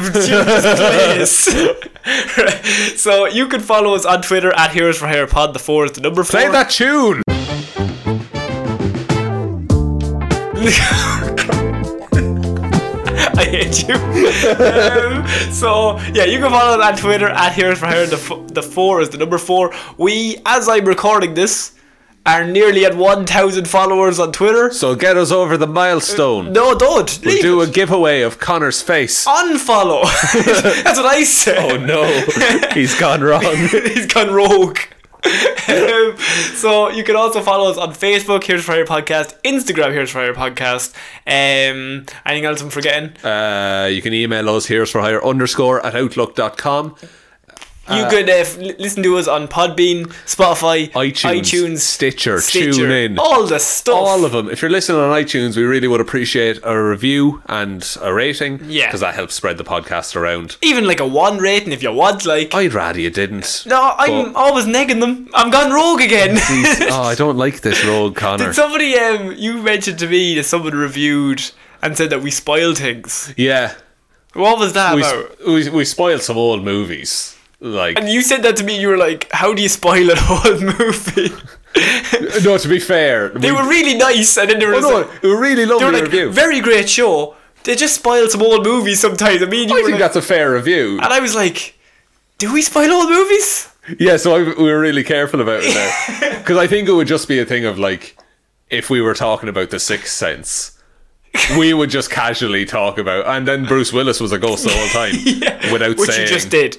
A: Jesus place. so you can follow us on Twitter at Heroes for Hair Pod. The four is the number four.
B: Play that tune.
A: I hate you. um, so yeah, you can follow us on Twitter at Heroes for Hair. The f- the four is the number four. We, as I'm recording this, are nearly at 1,000 followers on Twitter.
B: So get us over the milestone.
A: No, don't. Leave
B: Do
A: it.
B: a giveaway of Connor's face.
A: Oh, unfollow. That's what I said.
B: Oh no, he's gone wrong.
A: He's gone rogue. um, so you can also follow us on Facebook, Here's Fire Podcast, Instagram, Here's Fire Podcast. Um, anything else I'm forgetting?
B: Uh, you can email us here's for hire underscore at outlook.com.
A: you could uh, f- li- listen to us on Podbean, Spotify,
B: iTunes, Stitcher,
A: Stitcher, Oh,
B: tune in.
A: all the stuff.
B: All of them. If you're listening on iTunes, we really would appreciate a review and a rating.
A: Yeah.
B: Because that helps spread the podcast around.
A: Even like a one rating if you want, like.
B: I'd rather you didn't.
A: no, I'm always negging them. I'm gone rogue again.
B: oh, I don't like this rogue, Connor.
A: Did somebody um you mentioned to me that someone reviewed and said that we spoil things?
B: yeah.
A: What was that
B: We,
A: about?
B: s- we, we spoiled some old movies. Like,
A: And you said that to me. You were like, "How do you spoil a whole movie?"
B: uh, no, to be fair.
A: they
B: we-
A: were really nice, and then they were,
B: Oh,
A: just
B: no,
A: like,
B: it was really
A: they
B: lovely
A: were like,
B: review.
A: "Very great show." They just spoil some old movies sometimes. I mean, you
B: I
A: were
B: think
A: like-
B: that's a fair review.
A: and I was like, "Do we spoil old movies?"
B: Yeah, so I, we were really careful about it there. Because I think it would just be a thing of like, if we were talking about The Sixth Sense, we would just casually talk about, and then Bruce Willis was a ghost the whole time without
A: Which
B: saying.
A: you just did.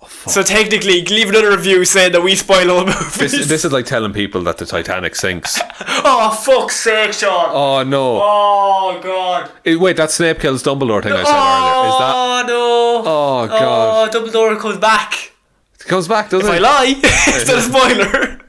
B: Oh,
A: so technically, leave another review saying that we spoil old movies.
B: This, this is like telling people that the Titanic sinks.
A: oh fuck's sake, Sean!
B: Oh no!
A: Oh god!
B: Eh, Wait, that Snape kills Dumbledore thing I said earlier. Is that?
A: Oh no!
B: Oh god!
A: Oh, Dumbledore comes back.
B: It comes back, doesn't
A: If I
B: it?
A: lie, it's not a spoiler.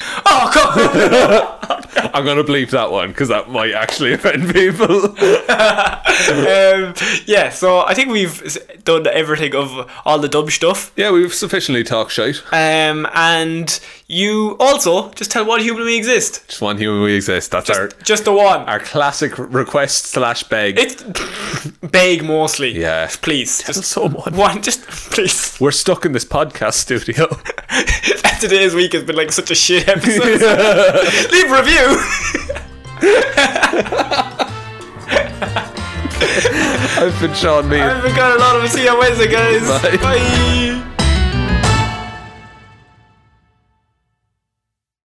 A: Oh, come on.
B: I'm gonna bleep that one because that might actually offend people.
A: um, yeah, so I think we've s- done everything of all the dumb stuff.
B: yeah, we've sufficiently talked shite.
A: Um, and you also just tell one human we exist.
B: Just one human we exist. That's our
A: Just the one.
B: our classic request slash beg.
A: It's big mostly.
B: Yeah.
A: Please. Just
B: someone.
A: one, just please.
B: We're stuck in this podcast studio.
A: Today's week has been like such a shit episode. Leave a review.
B: I've been Sean Mead.
A: I've got a lot of see you on Wednesday, guys.
B: Bye.
A: Bye.